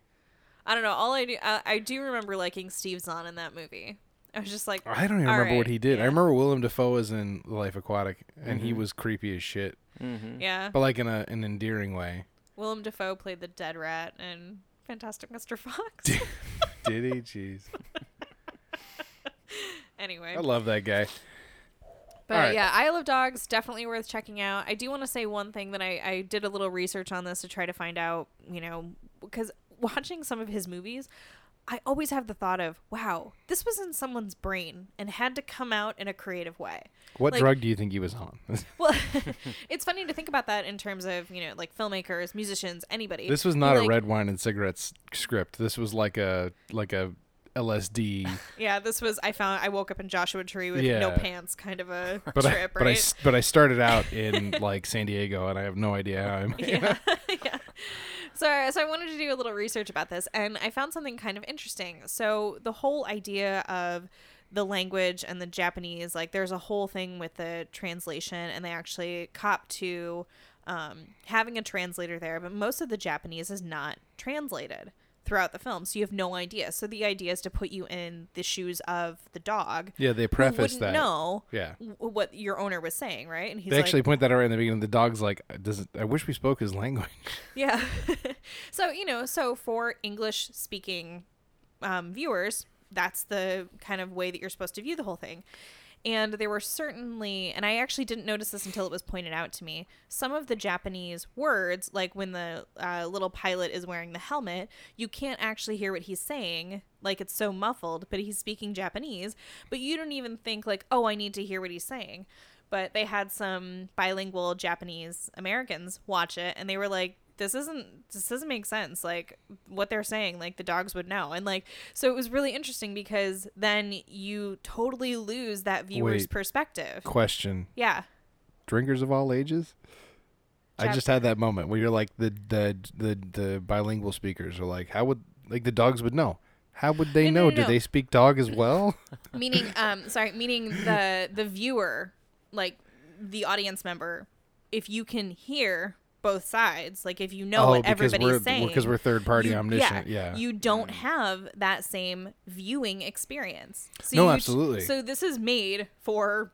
[SPEAKER 2] I don't know. All I do, I, I do remember liking Steve Zahn in that movie. I was just like,
[SPEAKER 1] I don't even
[SPEAKER 2] all
[SPEAKER 1] remember what
[SPEAKER 2] right,
[SPEAKER 1] he did. I
[SPEAKER 2] yeah.
[SPEAKER 1] remember Willem Dafoe was in Life Aquatic, and he was creepy as shit,
[SPEAKER 3] Mm-hmm.
[SPEAKER 2] Yeah.
[SPEAKER 1] but like in a, an endearing way.
[SPEAKER 2] Willem Dafoe played the dead rat in Fantastic Mr. Fox.
[SPEAKER 1] did he? Jeez,
[SPEAKER 2] anyway.
[SPEAKER 1] I love that guy.
[SPEAKER 2] But
[SPEAKER 1] All right.
[SPEAKER 2] yeah, Isle of Dogs definitely worth checking out. I do want to say one thing that I, I did a little research on this to try to find out, you know, because watching some of his movies, I always have the thought of, wow, this was in someone's brain and had to come out in a creative way. [laughs]
[SPEAKER 1] What
[SPEAKER 2] Like-
[SPEAKER 1] drug do you think he was on? [laughs]
[SPEAKER 2] Well, [laughs] it's funny to think about that in terms of, you know, like filmmakers, musicians, anybody.
[SPEAKER 1] this was not a
[SPEAKER 2] Like,
[SPEAKER 1] red wine and cigarettes script. This was like a like a LSD.
[SPEAKER 2] Yeah, this was, I found, I woke up in Joshua Tree with no
[SPEAKER 1] Yeah.
[SPEAKER 2] pants kind of a
[SPEAKER 1] [laughs] But I,
[SPEAKER 2] trip,
[SPEAKER 1] but I
[SPEAKER 2] right?
[SPEAKER 1] s- but I started out
[SPEAKER 2] [laughs]
[SPEAKER 1] in like San Diego, and I have no idea how I'm.
[SPEAKER 2] yeah. yeah. So, so I wanted to do a little research about this, and I found something kind of interesting. So, the whole idea of the language and the Japanese, like, there's a whole thing with the translation, and they actually cop to um, having a translator there, but most of the Japanese is not translated throughout the film, so you have no idea. So, the idea is to put you in the shoes of the dog.
[SPEAKER 1] Yeah, they
[SPEAKER 2] who
[SPEAKER 1] preface
[SPEAKER 2] wouldn't
[SPEAKER 1] that.
[SPEAKER 2] know
[SPEAKER 1] Yeah.
[SPEAKER 2] w- what your owner was saying, right? And he's
[SPEAKER 1] They
[SPEAKER 2] like,
[SPEAKER 1] actually point that out right in the beginning. The dog's like, "I doesn't I wish we spoke his language. [laughs]
[SPEAKER 2] Yeah. [laughs] so, you know, so for English speaking um, viewers, that's the kind of way that you're supposed to view the whole thing. And there were certainly, and I actually didn't notice this until it was pointed out to me, some of the Japanese words, like when the uh, little pilot is wearing the helmet, you can't actually hear what he's saying. Like it's so muffled, but he's speaking Japanese, but you don't even think, like, oh, I need to hear what he's saying but they had some bilingual Japanese Americans watch it and they were like this isn't this doesn't make sense like what they're saying like the dogs would know and like so it was really interesting because then you totally lose that viewer's
[SPEAKER 1] Wait.
[SPEAKER 2] perspective
[SPEAKER 1] Question.
[SPEAKER 2] yeah
[SPEAKER 1] Drinkers of all ages? I just had that moment where you're like the the the the bilingual speakers are like, how would like the dogs would know? How would they
[SPEAKER 2] No,
[SPEAKER 1] know?
[SPEAKER 2] no, no,
[SPEAKER 1] Do
[SPEAKER 2] no.
[SPEAKER 1] they speak dog as well?
[SPEAKER 2] meaning
[SPEAKER 1] [laughs]
[SPEAKER 2] um sorry meaning the the viewer like the audience member if you can hear both sides like if you know what
[SPEAKER 1] Oh, because
[SPEAKER 2] everybody's
[SPEAKER 1] we're
[SPEAKER 2] saying
[SPEAKER 1] because we're third party
[SPEAKER 2] you-
[SPEAKER 1] omniscient. Yeah. Mm.
[SPEAKER 2] You don't have that same viewing experience. So
[SPEAKER 1] No,
[SPEAKER 2] you-
[SPEAKER 1] absolutely.
[SPEAKER 2] So this is made for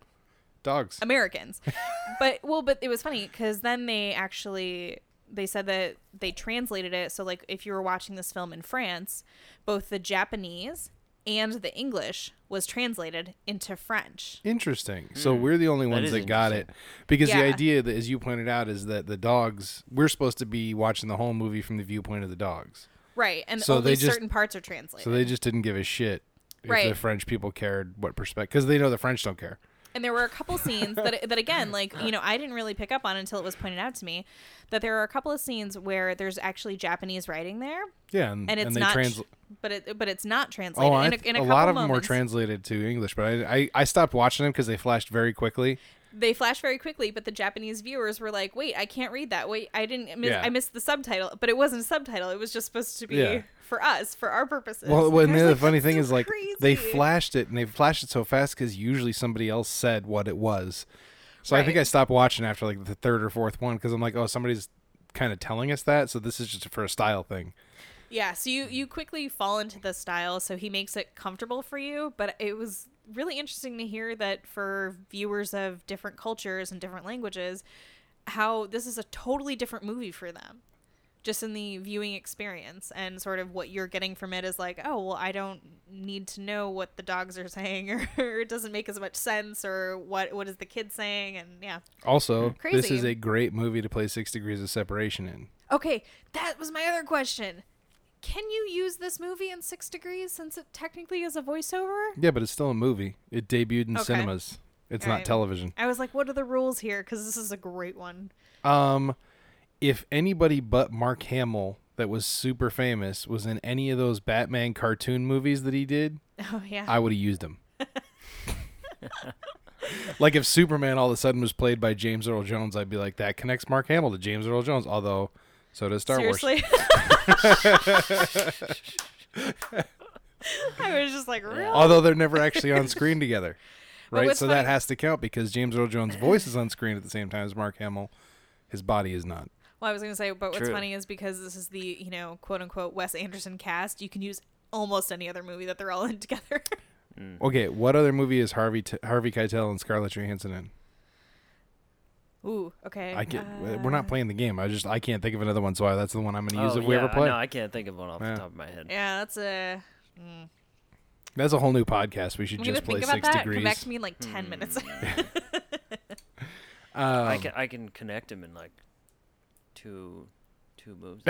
[SPEAKER 1] dogs.
[SPEAKER 2] Americans. [laughs] but well, but it was funny because then they actually they said that they translated it. So like if you were watching this film in France, both the Japanese and the English was translated into French.
[SPEAKER 1] Interesting. So we're the only ones
[SPEAKER 3] is
[SPEAKER 1] that, got it because the
[SPEAKER 2] Yeah.
[SPEAKER 1] idea that, as you pointed out, is that the dogs we're supposed to be watching the whole movie from the viewpoint of the dogs.
[SPEAKER 2] Right. And
[SPEAKER 1] So
[SPEAKER 2] only
[SPEAKER 1] they just-
[SPEAKER 2] certain parts are translated.
[SPEAKER 1] So they just didn't give a shit if the
[SPEAKER 2] Eh. Right.
[SPEAKER 1] French people cared what perspective because they know the French don't care.
[SPEAKER 2] And there were a couple scenes that that again, like you know, I didn't really pick up on until it was pointed out to me that there are a couple of scenes where there's actually Japanese writing there,
[SPEAKER 1] Yeah, and,
[SPEAKER 2] and it's
[SPEAKER 1] they
[SPEAKER 2] not,
[SPEAKER 1] transla-
[SPEAKER 2] but it but it's not translated.
[SPEAKER 1] Oh, I,
[SPEAKER 2] in a, in a,
[SPEAKER 1] a,
[SPEAKER 2] couple
[SPEAKER 1] lot of them were
[SPEAKER 2] moments,
[SPEAKER 1] translated to English, but I I, I stopped watching them because they flashed very quickly.
[SPEAKER 2] They flash very quickly, but the Japanese viewers were like, "Wait, I can't read that. Wait, I didn't. Miss,
[SPEAKER 1] Yeah.
[SPEAKER 2] I missed the subtitle, but it wasn't a subtitle. It was just supposed to be
[SPEAKER 1] Yeah.
[SPEAKER 2] for us, for our purposes."
[SPEAKER 1] Well, well, and
[SPEAKER 2] I was
[SPEAKER 1] the other
[SPEAKER 2] like,
[SPEAKER 1] funny
[SPEAKER 2] "That's
[SPEAKER 1] thing
[SPEAKER 2] so
[SPEAKER 1] is like they
[SPEAKER 2] crazy."
[SPEAKER 1] flashed it and they flashed it so fast because usually somebody else said what it was. So I think
[SPEAKER 2] Right.
[SPEAKER 1] I stopped watching after like the third or fourth one because I'm like, oh, somebody's kind of telling us that. So this is just for a style thing.
[SPEAKER 2] Yeah, so you you quickly fall into the style, so he makes it comfortable for you. But it was really interesting to hear that for viewers of different cultures and different languages, how this is a totally different movie for them, just in the viewing experience and sort of what you're getting from it is like, oh well, I don't need to know what the dogs are saying, [laughs] or it doesn't make as much sense, or what what is the kid saying, and yeah.
[SPEAKER 1] Also, this
[SPEAKER 2] Crazy.
[SPEAKER 1] is a great movie to play Six Degrees of Separation in.
[SPEAKER 2] Okay, that was my other question. Can you use this movie in Six Degrees since it technically is a voiceover?
[SPEAKER 1] Yeah, but it's still a movie. It debuted in
[SPEAKER 2] Okay.
[SPEAKER 1] cinemas. It's not
[SPEAKER 2] Alright.
[SPEAKER 1] television.
[SPEAKER 2] I was like, what are the rules here? Because this is a great one. [laughs]
[SPEAKER 1] Um, if anybody but Mark Hamill, that was super famous, was in any of those Batman cartoon movies that he did,
[SPEAKER 2] Oh, yeah.
[SPEAKER 1] I would have used him. like if Superman all of a sudden was played by James Earl Jones, I'd be like, that connects Mark Hamill to James Earl Jones. Although, so does Star Wars.
[SPEAKER 2] Seriously.
[SPEAKER 1] [laughs]
[SPEAKER 2] [laughs] I was just like, really?
[SPEAKER 1] Although they're never actually on
[SPEAKER 2] [laughs]
[SPEAKER 1] screen together,
[SPEAKER 2] But
[SPEAKER 1] right?
[SPEAKER 2] what's
[SPEAKER 1] So that
[SPEAKER 2] funny-
[SPEAKER 1] has to count because James Earl Jones' voice is on screen at the same time as Mark Hamill. His body is not.
[SPEAKER 2] Well, I was going to say, but what's
[SPEAKER 4] True.
[SPEAKER 2] funny is because this is the, you know, quote unquote Wes Anderson cast, you can use almost any other movie that they're all in [laughs] together.
[SPEAKER 4] Hmm.
[SPEAKER 1] Okay, what other movie is Harvey T- Harvey Keitel and Scarlett Johansson in?
[SPEAKER 2] Ooh, okay.
[SPEAKER 1] I can't.
[SPEAKER 2] uh,
[SPEAKER 1] we're not playing the game. I just I can't think of another one, so I, that's the one I'm going to use
[SPEAKER 4] Oh,
[SPEAKER 1] if we
[SPEAKER 4] yeah,
[SPEAKER 1] ever play.
[SPEAKER 4] No, I can't think of one off
[SPEAKER 1] Yeah.
[SPEAKER 4] the top of my head.
[SPEAKER 2] Yeah, that's a.
[SPEAKER 1] That's a whole new podcast. We should
[SPEAKER 2] I'm going to
[SPEAKER 1] just play
[SPEAKER 2] think about
[SPEAKER 1] Six
[SPEAKER 2] that. and
[SPEAKER 1] Degrees. Hmm.
[SPEAKER 2] Come back to me in like 10 minutes. [laughs]
[SPEAKER 4] I
[SPEAKER 1] Um,
[SPEAKER 4] can I can connect him in like two two
[SPEAKER 1] [laughs]
[SPEAKER 4] moves.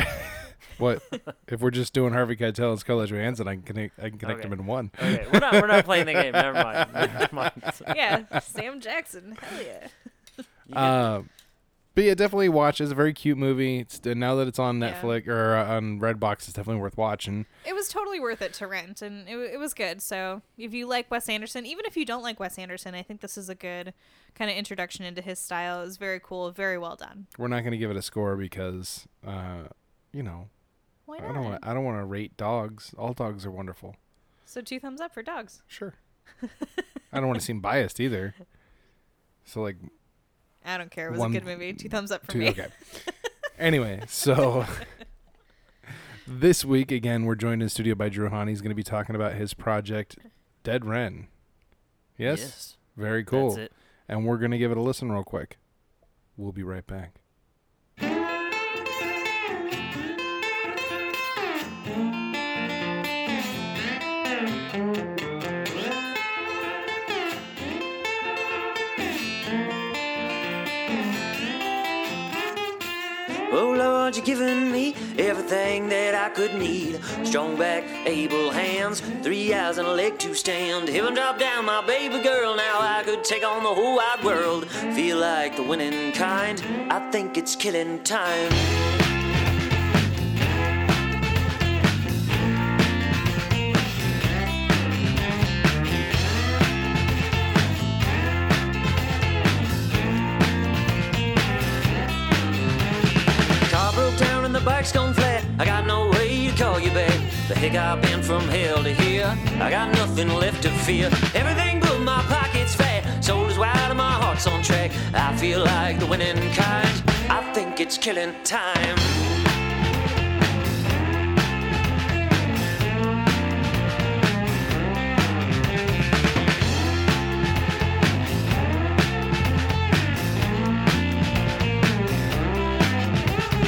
[SPEAKER 1] What if we're just doing Harvey Keitel and Scarlett Johansson? I can connect. I can connect
[SPEAKER 4] Okay.
[SPEAKER 1] them in one.
[SPEAKER 4] okay, we're not we're not playing the game. Never mind. Never mind.
[SPEAKER 2] [laughs] yeah, Sam Jackson. Hell yeah.
[SPEAKER 4] You get-
[SPEAKER 1] Uh, but yeah, definitely watch. It's a very cute movie. It's, and now that it's on
[SPEAKER 2] Yeah.
[SPEAKER 1] Netflix or uh, on Redbox, it's definitely worth watching.
[SPEAKER 2] It was totally worth it to rent, and it, wa- it was good. So if you like Wes Anderson, even if you don't like Wes Anderson, I think this is a good kind of introduction into his style. It was very cool, very well done.
[SPEAKER 1] We're not going to give it a score because, uh, you know,
[SPEAKER 2] Why
[SPEAKER 1] I don't. Wanna,
[SPEAKER 2] not?
[SPEAKER 1] I don't want to rate dogs. All dogs are wonderful.
[SPEAKER 2] So two thumbs up for dogs.
[SPEAKER 1] Sure. I don't want to seem biased either. So like
[SPEAKER 2] I don't care. It was
[SPEAKER 1] One-
[SPEAKER 2] a good movie. Two thumbs up for
[SPEAKER 1] Two-
[SPEAKER 2] me.
[SPEAKER 1] Okay. anyway, so [laughs] this week again, we're joined in studio by Drew Hani. He's going to be talking about his project, Dead Wren. Yes, very cool.
[SPEAKER 4] That's it.
[SPEAKER 1] And we're going to give it a listen real quick. We'll be right back.
[SPEAKER 3] Oh Lord, you've given me everything that I could need. Strong back, able hands, three eyes and a leg to stand. Heaven drop down my baby girl, now I could take on the whole wide world. Feel like the winning kind, I think it's killing time. Car broke down and the bike's gone flat. I got no way to call you back. The heck I've been from hell to here. I got nothing left to fear. Everything but my pockets fat. Soul is wide and my heart's on track. I feel like the winning kind. I think it's killing time.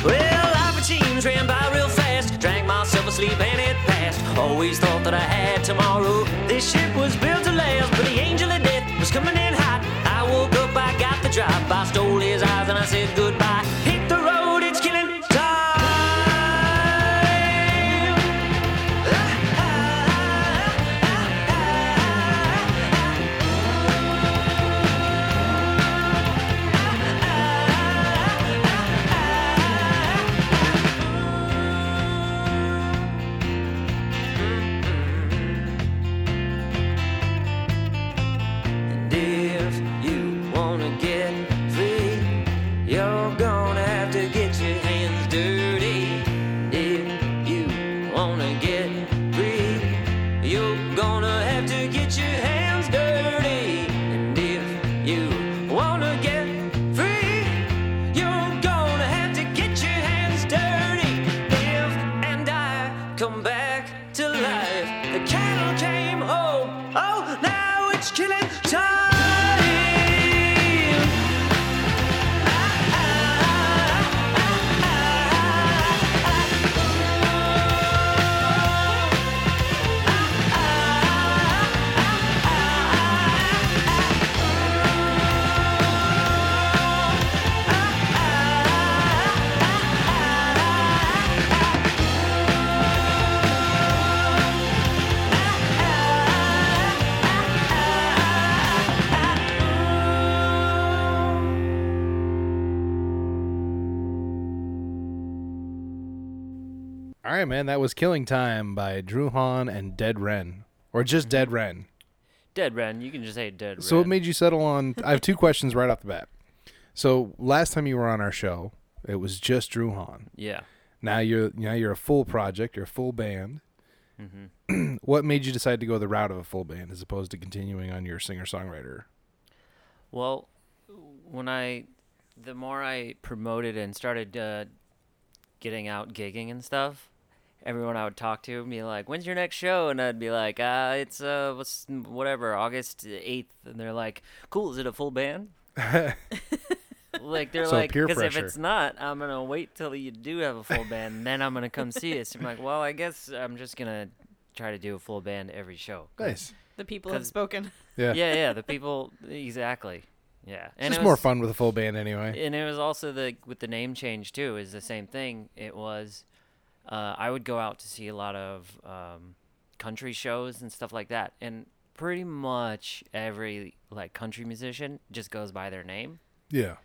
[SPEAKER 3] Well, life it seems ran by real fast. Drank myself asleep and it passed. Always thought that I had tomorrow. This ship was built to last, but the angel of death was coming in hot. I woke up, I got the drop. I stole his eyes and I said goodbye. Hit the road, it's killing time. Oh,
[SPEAKER 5] killing time.
[SPEAKER 1] All right, man. That was Killing Time by Drew Hahn and Dead Wren. Or just Dead Wren.
[SPEAKER 3] Dead Ren. You can just say Dead Ren.
[SPEAKER 1] So what made you settle on? I have two questions right off the bat. So last time you were on our show, it was just Drew Hahn.
[SPEAKER 3] Yeah.
[SPEAKER 1] Now you're now you're a full project. You're a full band.
[SPEAKER 3] Mm-hmm.
[SPEAKER 1] [clears throat] what made you decide to go the route of a full band as opposed to continuing on your singer songwriter?
[SPEAKER 3] Well, when I, the more I promoted and started uh, getting out gigging and stuff, everyone I would talk to would be like, "When's your next show?" And I'd be like, "Uh, it's uh, what's whatever, August eighth. And they're like, "Cool, is it a
[SPEAKER 1] [laughs]
[SPEAKER 3] full band?" like they're
[SPEAKER 1] So
[SPEAKER 3] like,
[SPEAKER 1] peer
[SPEAKER 3] "Because if
[SPEAKER 1] pressure.
[SPEAKER 3] it's not, I'm gonna wait till you do have a full band, and then I'm gonna come see us." I'm like, "Well, I guess I'm just gonna try to do a full band every show." 'cause
[SPEAKER 1] Nice.
[SPEAKER 2] The people have
[SPEAKER 3] Cause- [laughs]
[SPEAKER 2] spoken.
[SPEAKER 1] Yeah.
[SPEAKER 3] yeah, yeah. The people, exactly. Yeah,
[SPEAKER 1] It's
[SPEAKER 3] and
[SPEAKER 1] just
[SPEAKER 3] it
[SPEAKER 1] more
[SPEAKER 3] was-
[SPEAKER 1] fun with a full band anyway.
[SPEAKER 3] And it was also the with the name change too is the same thing. It was, uh, I would go out to see a lot of um, country shows and stuff like that, and pretty much every like country musician just goes by their name.
[SPEAKER 1] yeah.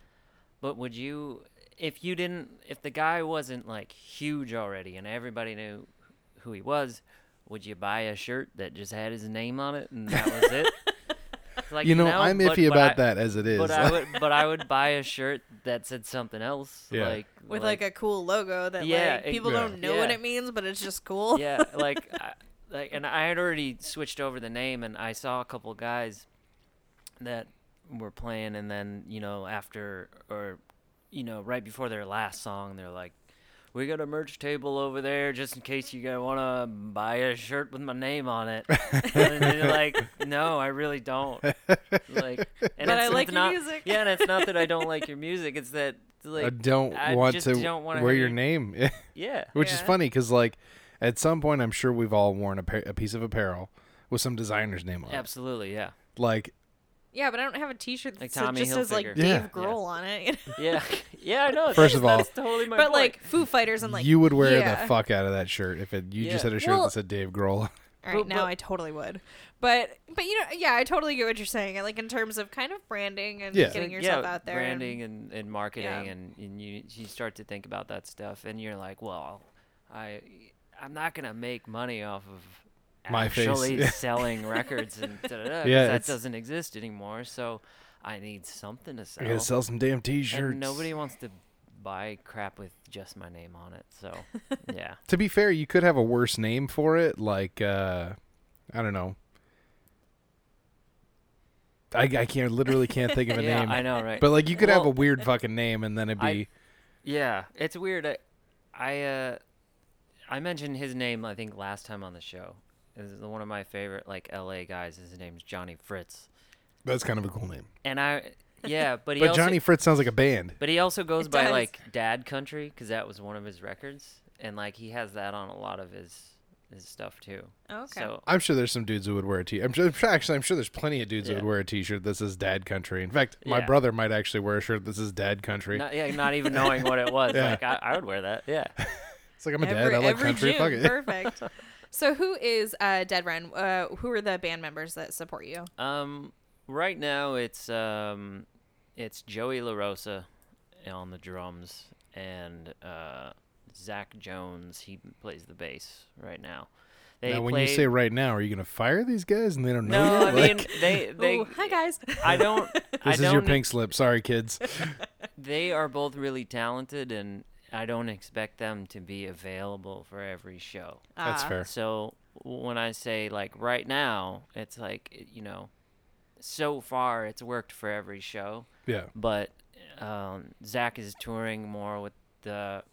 [SPEAKER 3] But would you, if you didn't, if the guy wasn't like huge already and everybody knew who he was, would you buy a shirt that just had his name on it and that
[SPEAKER 1] [laughs]
[SPEAKER 3] was it? It's like,
[SPEAKER 1] You know,
[SPEAKER 3] no,
[SPEAKER 1] I'm
[SPEAKER 3] but-
[SPEAKER 1] iffy
[SPEAKER 3] but
[SPEAKER 1] about
[SPEAKER 3] I-
[SPEAKER 1] that as it is.
[SPEAKER 3] But I would, but I would buy a shirt that said something else,
[SPEAKER 1] Yeah.
[SPEAKER 3] like
[SPEAKER 2] With like, a cool logo that
[SPEAKER 3] Yeah,
[SPEAKER 2] like
[SPEAKER 3] ex-
[SPEAKER 2] people
[SPEAKER 1] Yeah.
[SPEAKER 2] don't know what
[SPEAKER 3] Yeah.
[SPEAKER 2] it means, but it's
[SPEAKER 1] [laughs]
[SPEAKER 2] just cool.
[SPEAKER 3] yeah, like, I, like, and I had already switched over the name, and I saw a couple guys that were playing, and then you know after or you know right before their last song, they're like, "We got a merch table over there, just in case you guys wanna buy a shirt with my name on it." and
[SPEAKER 1] [laughs]
[SPEAKER 3] they're like, "No, I really don't." Like, and
[SPEAKER 2] But I
[SPEAKER 3] it's-
[SPEAKER 2] like
[SPEAKER 3] it's
[SPEAKER 2] your
[SPEAKER 3] not,
[SPEAKER 2] music.
[SPEAKER 3] Yeah, and it's not that I don't like your music; it's that
[SPEAKER 1] [laughs]
[SPEAKER 3] like
[SPEAKER 1] I don't
[SPEAKER 3] I
[SPEAKER 1] want
[SPEAKER 3] just
[SPEAKER 1] to
[SPEAKER 3] don't wanna
[SPEAKER 1] wear
[SPEAKER 3] have
[SPEAKER 1] your
[SPEAKER 3] you-
[SPEAKER 1] name, [laughs]
[SPEAKER 3] Yeah,
[SPEAKER 1] which is
[SPEAKER 2] Yeah.
[SPEAKER 1] funny because like at some point I'm sure we've all worn a, pa- a piece of apparel with some designer's name on it.
[SPEAKER 3] absolutely, yeah.
[SPEAKER 1] Like
[SPEAKER 2] [laughs] Yeah, but I don't have a T-shirt that
[SPEAKER 3] Like
[SPEAKER 2] said-
[SPEAKER 3] Tommy
[SPEAKER 2] just says like
[SPEAKER 3] Hilfiger.
[SPEAKER 2] Dave
[SPEAKER 1] Yeah.
[SPEAKER 2] Grohl on it. you know?
[SPEAKER 3] Yeah, [laughs] yeah, I know.
[SPEAKER 1] First
[SPEAKER 3] that's-
[SPEAKER 1] of all-
[SPEAKER 3] that's totally my
[SPEAKER 2] but
[SPEAKER 3] point.
[SPEAKER 2] like Foo Fighters, I'm like
[SPEAKER 1] you would wear
[SPEAKER 2] yeah.
[SPEAKER 1] the fuck out of that shirt if it, you just
[SPEAKER 3] Yeah.
[SPEAKER 1] had a shirt
[SPEAKER 2] Well-
[SPEAKER 1] that said Dave Grohl. [laughs]
[SPEAKER 2] All right,
[SPEAKER 3] But-
[SPEAKER 2] now
[SPEAKER 3] but-
[SPEAKER 2] I totally would. But but you know, yeah, I totally get what you're saying. Like in terms of kind of branding and
[SPEAKER 1] Yeah.
[SPEAKER 2] getting
[SPEAKER 3] Like,
[SPEAKER 2] yourself
[SPEAKER 3] yeah,
[SPEAKER 2] out there. and-
[SPEAKER 3] branding and, and marketing,
[SPEAKER 2] Yeah.
[SPEAKER 3] and, and you you start to think about that stuff, and you're like, well, I I'm not gonna make money off of
[SPEAKER 1] My face,
[SPEAKER 3] actually
[SPEAKER 1] [laughs] yeah.
[SPEAKER 3] selling records and da-da-da, 'cause
[SPEAKER 1] Yeah,
[SPEAKER 3] that
[SPEAKER 1] it's-
[SPEAKER 3] doesn't exist anymore. So I need something to
[SPEAKER 1] I
[SPEAKER 3] sell.
[SPEAKER 1] gotta sell some damn t-shirts.
[SPEAKER 3] and nobody wants to buy crap with just my name on it.
[SPEAKER 2] [laughs]
[SPEAKER 3] So yeah,
[SPEAKER 1] To be fair, you could have a worse name for it, like uh I don't know. I, I can't literally can't think of a
[SPEAKER 3] [laughs] yeah,
[SPEAKER 1] name.
[SPEAKER 3] I know, right?
[SPEAKER 1] But like you could have a
[SPEAKER 3] Well, uh,
[SPEAKER 1] weird fucking name and then it'd
[SPEAKER 3] I-
[SPEAKER 1] be
[SPEAKER 3] Yeah, it's weird. I, I, uh, I mentioned his name I think last time on the show. Is one of my favorite like L.A. guys. His name's Johnny Fritz,
[SPEAKER 1] that's kind of a cool name.
[SPEAKER 3] and I,
[SPEAKER 2] [laughs]
[SPEAKER 3] yeah, but he
[SPEAKER 1] But
[SPEAKER 3] also,
[SPEAKER 1] Johnny Fritz sounds like a band.
[SPEAKER 3] but he also goes
[SPEAKER 2] It
[SPEAKER 3] by
[SPEAKER 2] does.
[SPEAKER 3] like Dad Country because that was one of his records, and like he has that on a lot of his his stuff too.
[SPEAKER 2] Okay.
[SPEAKER 3] So
[SPEAKER 1] I'm sure there's some dudes who would wear a t. I'm sure actually I'm sure there's plenty of dudes who
[SPEAKER 3] Yeah.
[SPEAKER 1] would wear a t-shirt that says Dad Country. In fact, my
[SPEAKER 3] Yeah.
[SPEAKER 1] brother might actually wear a shirt that says Dad Country.
[SPEAKER 3] not, yeah, not even knowing what it was,
[SPEAKER 1] [laughs] Yeah.
[SPEAKER 3] like I, I would wear that. Yeah.
[SPEAKER 1] It's like I'm a
[SPEAKER 2] every,
[SPEAKER 1] dad. I like
[SPEAKER 2] every
[SPEAKER 1] country.
[SPEAKER 2] June.
[SPEAKER 1] Fuck it. [laughs]
[SPEAKER 2] Perfect. so who is uh, Dead Run? Uh, who are the band members that support you?
[SPEAKER 3] Um, right now it's um, it's Joey LaRosa on the drums and uh, Zach Jones. He plays the bass right now. They
[SPEAKER 1] Now, when
[SPEAKER 3] play.
[SPEAKER 1] you say right now, are you gonna fire these guys and they don't know? you?
[SPEAKER 3] no,
[SPEAKER 1] [laughs]
[SPEAKER 3] I
[SPEAKER 1] Like,
[SPEAKER 3] mean they they.
[SPEAKER 2] Ooh, Oh, hi guys.
[SPEAKER 3] I don't. I
[SPEAKER 1] this
[SPEAKER 3] don't.
[SPEAKER 1] is your pink slip. Sorry,
[SPEAKER 3] [laughs]
[SPEAKER 1] kids.
[SPEAKER 3] They are both really talented, and I don't expect them to be available for every show.
[SPEAKER 1] That's
[SPEAKER 2] Ah.
[SPEAKER 1] fair.
[SPEAKER 3] So when I say like right now, it's like it- you know, so far it's worked for every show.
[SPEAKER 1] Yeah.
[SPEAKER 3] but um, Zach is touring more with the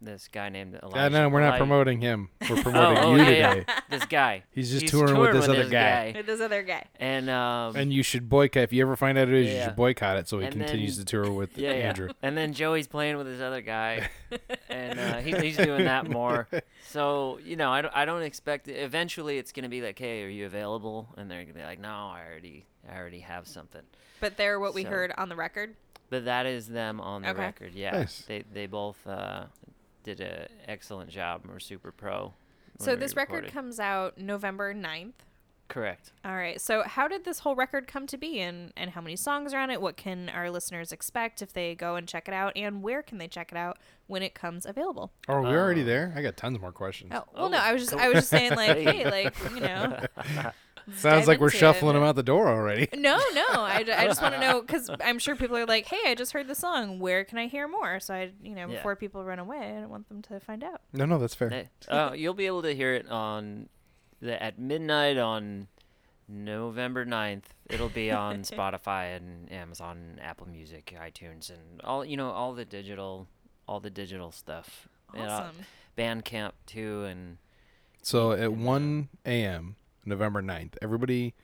[SPEAKER 3] this guy named Elijah.
[SPEAKER 1] I know we're not
[SPEAKER 3] Eli-
[SPEAKER 1] promoting him. We're
[SPEAKER 3] [laughs]
[SPEAKER 1] promoting
[SPEAKER 3] oh,
[SPEAKER 1] you
[SPEAKER 3] yeah, yeah. [laughs]
[SPEAKER 1] today.
[SPEAKER 3] This guy.
[SPEAKER 1] [laughs] He's just touring with this other guy.
[SPEAKER 2] With this other guy.
[SPEAKER 3] And um,
[SPEAKER 1] And you should boycott. If you ever find out who it is, you
[SPEAKER 3] Yeah.
[SPEAKER 1] should boycott it so he
[SPEAKER 3] And
[SPEAKER 1] continues
[SPEAKER 3] then-
[SPEAKER 1] the tour with
[SPEAKER 3] [laughs] yeah, yeah.
[SPEAKER 1] Andrew.
[SPEAKER 3] And then Joey's playing with this
[SPEAKER 1] [laughs]
[SPEAKER 3] other guy, and uh, he, he's doing that more. So you know, I don't, I don't expect. Eventually, it's gonna be like, hey, are you available? And they're gonna be like, no, I already, I already have something.
[SPEAKER 2] But they're what we
[SPEAKER 3] So-
[SPEAKER 2] heard on the record.
[SPEAKER 3] But that is them on the
[SPEAKER 2] Okay.
[SPEAKER 3] record. Yeah,
[SPEAKER 1] Nice.
[SPEAKER 3] they they both uh, did an excellent job. We're super pro. when
[SPEAKER 2] So
[SPEAKER 3] we
[SPEAKER 2] this record
[SPEAKER 3] recorded.
[SPEAKER 2] comes out November 9th.
[SPEAKER 3] correct.
[SPEAKER 2] All right. So how did this whole record come to be and and how many songs are on it? What can our listeners expect if they go and check it out and where can they check it out when it comes available?
[SPEAKER 1] Oh, we're already there. I got tons more questions.
[SPEAKER 2] Oh, well no,
[SPEAKER 3] Oh,
[SPEAKER 2] I was just
[SPEAKER 3] cool.
[SPEAKER 2] I was just [laughs] saying like, hey, like, you [laughs] know.
[SPEAKER 1] Sounds
[SPEAKER 2] dive
[SPEAKER 1] like we're
[SPEAKER 2] into it.
[SPEAKER 1] shuffling him out the door
[SPEAKER 2] [laughs]
[SPEAKER 1] already.
[SPEAKER 2] No, no. I, ju- I just want to know cuz I'm sure people are like, "Hey, I just heard the song. Where can I hear more?" So I, you know,
[SPEAKER 3] Yeah.
[SPEAKER 2] before people run away, I don't want them to find out.
[SPEAKER 1] No, no, that's fair.
[SPEAKER 3] Hey, oh, you'll be able to hear it on the, at midnight on November 9th.
[SPEAKER 2] [laughs]
[SPEAKER 3] It'll be on Spotify and Amazon, and Apple Music, iTunes, and all you know, all the digital, all the digital stuff. And, uh,
[SPEAKER 2] Awesome.
[SPEAKER 3] Bandcamp too, and
[SPEAKER 1] So at 1 a.m., November 9th, everybody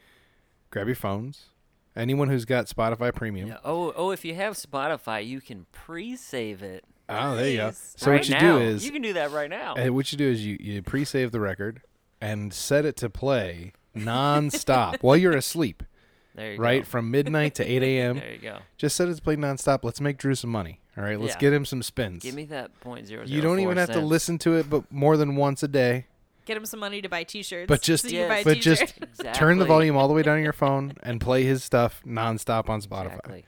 [SPEAKER 1] grab your phones. Anyone who's got Spotify Premium.
[SPEAKER 3] yeah, oh, oh, if you have Spotify, you can pre-save it.
[SPEAKER 1] Oh, there you go.
[SPEAKER 2] Nice.
[SPEAKER 1] So
[SPEAKER 3] right
[SPEAKER 1] what you
[SPEAKER 3] now.
[SPEAKER 1] do is
[SPEAKER 3] you can do that right now.
[SPEAKER 1] And what you do is you, you pre-save the record and set it to play
[SPEAKER 2] [laughs]
[SPEAKER 1] nonstop while you're asleep,
[SPEAKER 3] There you
[SPEAKER 1] right?
[SPEAKER 3] go.
[SPEAKER 1] From midnight to 8
[SPEAKER 3] [laughs]
[SPEAKER 1] a.m.
[SPEAKER 3] There you go.
[SPEAKER 1] Just set it to play nonstop. Let's make Drew some money. All right, let's
[SPEAKER 3] Yeah.
[SPEAKER 1] get him some spins.
[SPEAKER 3] Give me that point zero.
[SPEAKER 1] you don't even have to listen to it, but more than once a day.
[SPEAKER 2] Get them some money to buy t-shirts.
[SPEAKER 1] But just,
[SPEAKER 2] so you can buy a
[SPEAKER 1] but
[SPEAKER 2] t-shirt.
[SPEAKER 1] just
[SPEAKER 3] Exactly.
[SPEAKER 1] turn the volume all the way down on your phone [laughs] and play his stuff nonstop on Spotify.
[SPEAKER 3] Exactly.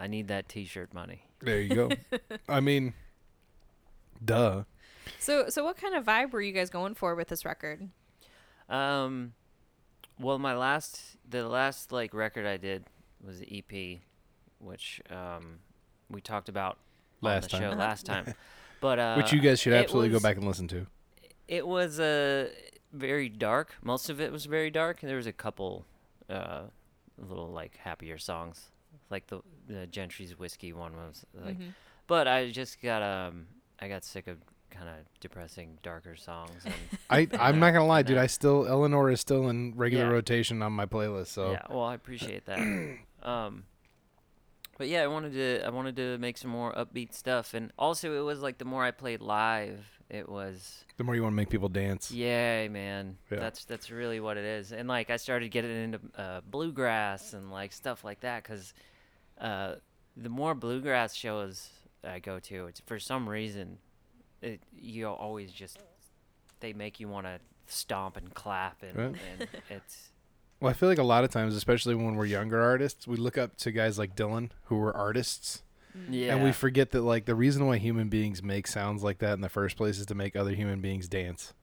[SPEAKER 3] I need that T-shirt money.
[SPEAKER 1] There you
[SPEAKER 3] [laughs]
[SPEAKER 1] go. I mean, duh.
[SPEAKER 2] [laughs] So so what kind of vibe were you guys going for with this record?
[SPEAKER 3] Um, well, my last, the last like record I did was the EP, which um, we talked about
[SPEAKER 1] Last
[SPEAKER 3] on the
[SPEAKER 1] time.
[SPEAKER 3] show last
[SPEAKER 1] [laughs]
[SPEAKER 3] time. But uh,
[SPEAKER 1] Which you guys should
[SPEAKER 3] it
[SPEAKER 1] absolutely
[SPEAKER 3] was-
[SPEAKER 1] go back and listen to.
[SPEAKER 3] It was uh, very dark. Most of it was very dark. There was a couple uh, little like happier songs, like the the Gentry's whiskey one was like. But I just got um, I got sick of kind of depressing, darker songs. And,
[SPEAKER 1] I, I'm not gonna lie, dude.
[SPEAKER 3] [laughs] Yeah.
[SPEAKER 1] I still Eleanor is still in regular
[SPEAKER 3] Yeah.
[SPEAKER 1] rotation on my playlist. So
[SPEAKER 3] Yeah, well, I appreciate that. um, but yeah, I wanted to I wanted to make some more upbeat stuff, and also it was like the more I played live, it was
[SPEAKER 1] the more you want to make people dance,
[SPEAKER 3] yay, man.
[SPEAKER 1] Yeah.
[SPEAKER 3] That's that's really what it is, and like I started getting into uh, bluegrass and like stuff like that, because uh, the more bluegrass shows I go to, it's for some reason, it, you always just they make you want to stomp and clap, and,
[SPEAKER 1] Right.
[SPEAKER 2] [laughs]
[SPEAKER 3] and it's
[SPEAKER 1] well, I feel like a lot of times, especially when we're younger artists, we look up to guys like Dylan who were artists,
[SPEAKER 2] Mm.
[SPEAKER 3] yeah.
[SPEAKER 1] and we forget that like the reason why human beings make sounds like that in the first place is to make other human beings dance,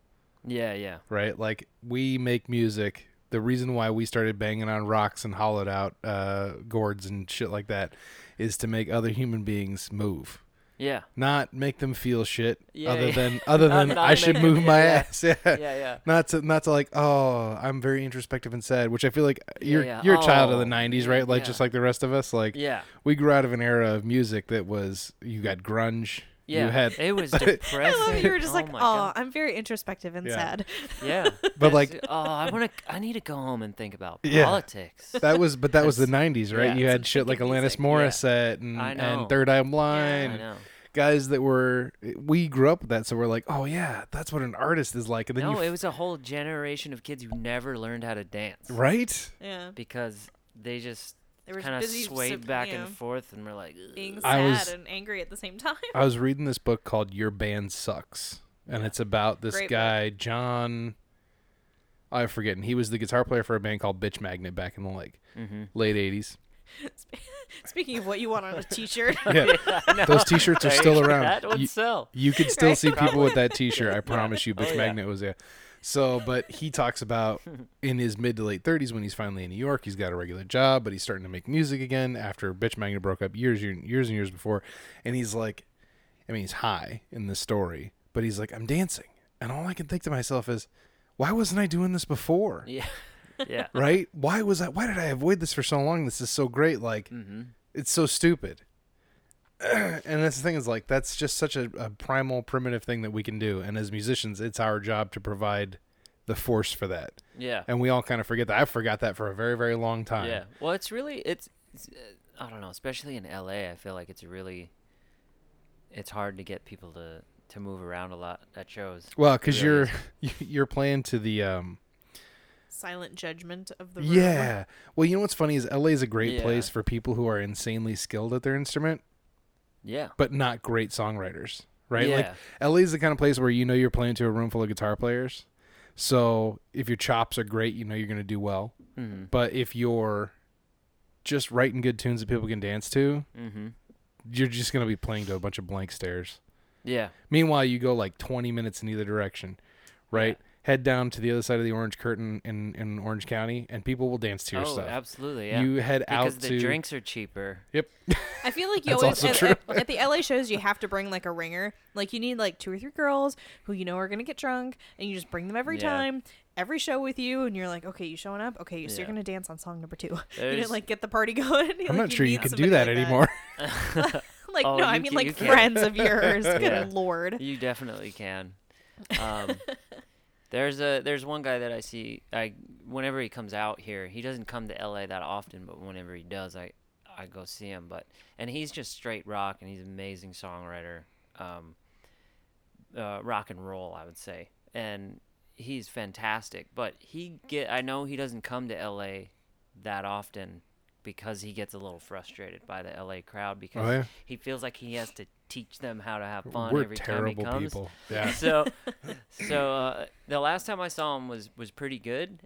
[SPEAKER 3] yeah, yeah.
[SPEAKER 1] right? Like we make music. The reason why we started banging on rocks and hollowed out uh, gourds and shit like that is to make other human beings move.
[SPEAKER 2] [laughs]
[SPEAKER 3] Yeah.
[SPEAKER 1] not make them feel shit
[SPEAKER 3] Yeah,
[SPEAKER 1] other
[SPEAKER 3] yeah.
[SPEAKER 1] than other
[SPEAKER 3] [laughs] Not-
[SPEAKER 1] than
[SPEAKER 3] not
[SPEAKER 1] I should
[SPEAKER 3] make
[SPEAKER 1] move
[SPEAKER 3] them-
[SPEAKER 1] my
[SPEAKER 3] [laughs] yeah.
[SPEAKER 1] ass. [laughs] Yeah.
[SPEAKER 3] Yeah, yeah.
[SPEAKER 1] Not to not to like, oh, I'm very introspective and sad, which I feel like you're
[SPEAKER 3] yeah.
[SPEAKER 1] you're a child of the
[SPEAKER 3] Oh,
[SPEAKER 1] nineties,
[SPEAKER 3] yeah,
[SPEAKER 1] right? Like
[SPEAKER 3] yeah.
[SPEAKER 1] just like the rest of us. Like
[SPEAKER 3] Yeah.
[SPEAKER 1] we grew out of an era of music that was you got grunge.
[SPEAKER 3] Yeah.
[SPEAKER 1] You had
[SPEAKER 3] [laughs]
[SPEAKER 1] [laughs]
[SPEAKER 3] it was depressing.
[SPEAKER 2] I love that you were just
[SPEAKER 3] oh
[SPEAKER 2] like,
[SPEAKER 3] my
[SPEAKER 2] "Oh,
[SPEAKER 3] God.
[SPEAKER 2] I'm very introspective and
[SPEAKER 1] Yeah.
[SPEAKER 2] sad."
[SPEAKER 3] yeah.
[SPEAKER 1] But,
[SPEAKER 3] That's-
[SPEAKER 1] like-
[SPEAKER 3] oh, I want to. I need to go home and think about
[SPEAKER 1] Yeah. [laughs]
[SPEAKER 3] politics.
[SPEAKER 1] that was but that was the nineties, right?
[SPEAKER 3] yeah,
[SPEAKER 1] you
[SPEAKER 3] it's
[SPEAKER 1] had shit like
[SPEAKER 3] freaking
[SPEAKER 1] Alanis
[SPEAKER 3] music, yeah.
[SPEAKER 1] Morissette and,
[SPEAKER 3] I know.
[SPEAKER 1] and Third Eye Blind.
[SPEAKER 3] I know.
[SPEAKER 1] Guys that were we grew up with that, so we're like, Oh yeah, that's what an artist is like. And then
[SPEAKER 3] No,
[SPEAKER 1] you
[SPEAKER 3] it was a whole generation of kids who never learned how to dance
[SPEAKER 1] Right?
[SPEAKER 2] Yeah.
[SPEAKER 3] because they just
[SPEAKER 2] They were
[SPEAKER 3] kind of
[SPEAKER 2] busy
[SPEAKER 3] swayed
[SPEAKER 2] sub-
[SPEAKER 3] back
[SPEAKER 2] you know,
[SPEAKER 3] and forth and were like, "Ugh."
[SPEAKER 2] Being
[SPEAKER 1] I
[SPEAKER 2] sad
[SPEAKER 1] was-
[SPEAKER 2] and angry at the same time. [laughs]
[SPEAKER 1] I was reading this book called Your Band Sucks, and it's about this
[SPEAKER 2] Great book.
[SPEAKER 1] guy John. I've forgotten. He was the guitar player for a band called Bitch Magnet back in the like late '80s.
[SPEAKER 2] Speaking of what you want on a
[SPEAKER 3] [laughs]
[SPEAKER 2] t-shirt. [laughs]
[SPEAKER 1] Yeah, those T-shirts are still around.
[SPEAKER 3] that would
[SPEAKER 1] You- [laughs]
[SPEAKER 3] sell.
[SPEAKER 1] you could still
[SPEAKER 2] Right?
[SPEAKER 1] see people with that T-shirt. I promise you,
[SPEAKER 3] Oh,
[SPEAKER 1] Bitch
[SPEAKER 3] yeah.
[SPEAKER 1] Magnet was there. So, but he talks about in his mid to late 30s when he's finally in New York, he's got a regular job, but he's starting to make music again after Bitch Magnet broke up years, year- years and years before. And he's like, I mean, he's high in this story, but he's like, I'm dancing, and all I can think to myself is, why wasn't I doing this before?
[SPEAKER 3] Yeah. Yeah.
[SPEAKER 1] Right? Why
[SPEAKER 3] Mm-hmm.
[SPEAKER 1] was I? Why did I avoid this for so long? This is so great. Like, it's so stupid. [clears throat] and that's the thing is like that's just such a, a primal primitive thing that we can do and as musicians it's our job to provide the force for that
[SPEAKER 3] Yeah.
[SPEAKER 1] and we all kind of forget that i forgot that for a very very long time
[SPEAKER 3] Yeah. Well, it's really it's, it's uh, I don't know, especially in LA, I feel like it's really it's hard to get people to to move around a lot at shows.
[SPEAKER 1] well because
[SPEAKER 3] Really
[SPEAKER 1] you're [laughs] you're playing to the um
[SPEAKER 2] Silent judgment of the room.
[SPEAKER 1] yeah well you know what's funny is la is a great
[SPEAKER 3] Yeah.
[SPEAKER 1] place for people who are insanely skilled at their instrument
[SPEAKER 3] Yeah.
[SPEAKER 1] but not great songwriters, right? Like
[SPEAKER 3] Yeah.
[SPEAKER 1] LA is the kind of place where you know you're playing to a room full of guitar players. So if your chops are great, you know you're going to do well.
[SPEAKER 3] Mhm.
[SPEAKER 1] But if you're just writing good tunes that people can dance to,
[SPEAKER 3] Mhm.
[SPEAKER 1] you're just going to be playing to a bunch of blank stares.
[SPEAKER 3] Yeah.
[SPEAKER 1] Meanwhile, you go like 20 minutes in either direction, right? Head down to the other side of the orange curtain in, in Orange County, and people will dance to your
[SPEAKER 3] oh,
[SPEAKER 1] stuff.
[SPEAKER 3] absolutely. Yeah.
[SPEAKER 1] You head
[SPEAKER 3] because
[SPEAKER 1] out
[SPEAKER 3] the
[SPEAKER 1] to
[SPEAKER 3] drinks are cheaper.
[SPEAKER 1] Yep. [laughs]
[SPEAKER 2] I feel like you
[SPEAKER 1] That's
[SPEAKER 2] always
[SPEAKER 1] also
[SPEAKER 2] at,
[SPEAKER 1] true.
[SPEAKER 2] at- at the LA shows you have to bring like a ringer. Like you need like two or three girls who you know are gonna get drunk, and you just bring them every
[SPEAKER 3] Yeah.
[SPEAKER 2] time, every show with you, and you're like, okay, you showing up? Okay, so
[SPEAKER 3] Yeah.
[SPEAKER 2] you're gonna dance on song number two. [laughs] you know,
[SPEAKER 3] There's-
[SPEAKER 2] like get the party [laughs] going. Like,
[SPEAKER 3] [laughs]
[SPEAKER 1] I'm not sure you
[SPEAKER 2] need
[SPEAKER 1] can do
[SPEAKER 2] somebody
[SPEAKER 1] that
[SPEAKER 2] like
[SPEAKER 1] anymore.
[SPEAKER 2] [laughs] like
[SPEAKER 3] Oh,
[SPEAKER 2] no, I
[SPEAKER 3] you
[SPEAKER 2] mean
[SPEAKER 3] ca- you
[SPEAKER 2] like
[SPEAKER 3] can.
[SPEAKER 2] friends
[SPEAKER 3] [laughs]
[SPEAKER 2] of yours. Good
[SPEAKER 3] Yeah.
[SPEAKER 2] lord.
[SPEAKER 3] [laughs] You definitely can. Um, there's a there's one guy that I see. I whenever he comes out here, he doesn't come to LA that often, but whenever he does, I I go see him. But and he's just straight rock, and he's an amazing songwriter, um, uh, rock and roll, I would say, and he's fantastic. But he get I know he doesn't come to LA that often because he gets a little frustrated by the LA crowd because
[SPEAKER 1] yeah?
[SPEAKER 3] he feels like he has to teach them how to have fun
[SPEAKER 1] We're
[SPEAKER 3] every time he
[SPEAKER 1] terrible
[SPEAKER 3] comes.
[SPEAKER 1] people. Yeah.
[SPEAKER 3] [laughs] So, so uh, the last time I saw him was was pretty good,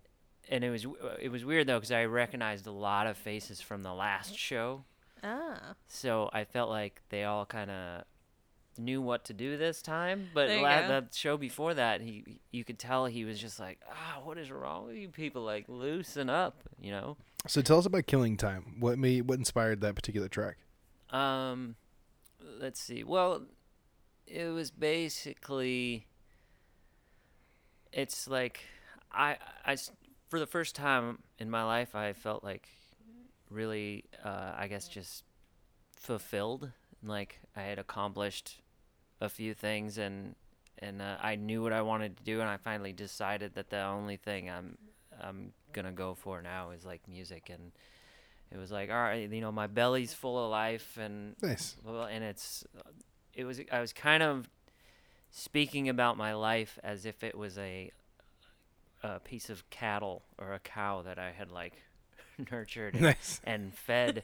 [SPEAKER 3] and it was w- it was weird though because I recognized a lot of faces from the last show,
[SPEAKER 2] Ah,
[SPEAKER 3] so I felt like they all kind of knew what to do this time. But
[SPEAKER 2] There you
[SPEAKER 3] la-
[SPEAKER 2] go.
[SPEAKER 3] that show before that, he you could tell he was just like, ah, what is wrong with you people? Like loosen up, you know.
[SPEAKER 1] So tell us about Killing Time. What made what inspired that particular track?
[SPEAKER 3] Um, let's see. Well, it was basically. It's like, I I s- for the first time in my life, I felt like, really, uh, I guess just fulfilled. Like I had accomplished a few things, and and uh, I knew what I wanted to do, and I finally decided that the only thing I'm I'm gonna go for now is like music, and it was like, all right, you know, my belly's full of life, and
[SPEAKER 1] Nice.
[SPEAKER 3] well, and it's it was I was kind of speaking about my life as if it was a a piece of cattle or a cow that I had like [laughs]
[SPEAKER 1] [laughs]
[SPEAKER 3] nurtured and,
[SPEAKER 1] Nice.
[SPEAKER 3] and fed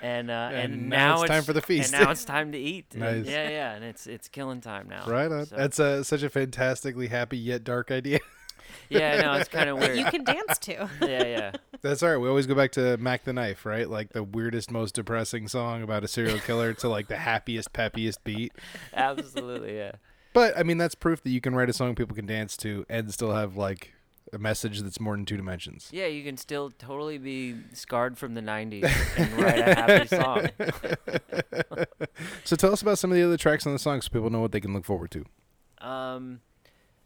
[SPEAKER 3] and uh and,
[SPEAKER 1] And now
[SPEAKER 3] now,
[SPEAKER 1] it's time for the feast.
[SPEAKER 3] and now it's time to eat And
[SPEAKER 1] Nice.
[SPEAKER 3] yeah yeah and it's it's killing time now
[SPEAKER 1] Right on.
[SPEAKER 3] So-
[SPEAKER 1] That's [laughs] a, such a fantastically happy yet dark idea. [laughs]
[SPEAKER 3] yeah no it's kind of weird
[SPEAKER 2] you can dance to.
[SPEAKER 3] yeah yeah
[SPEAKER 1] That's all right. We always go back to Mac the Knife, right? Like the weirdest, most depressing song about a serial killer to like the happiest, peppiest beat.
[SPEAKER 3] absolutely yeah
[SPEAKER 1] But I mean, that's proof that you can write a song people can dance to and still have like a message that's more than two dimensions.
[SPEAKER 3] yeah you can still totally be scarred from the 90s and write
[SPEAKER 1] [laughs]
[SPEAKER 3] a happy song
[SPEAKER 1] So tell us about some of the other tracks on the song so people know what they can look forward to.
[SPEAKER 3] Um,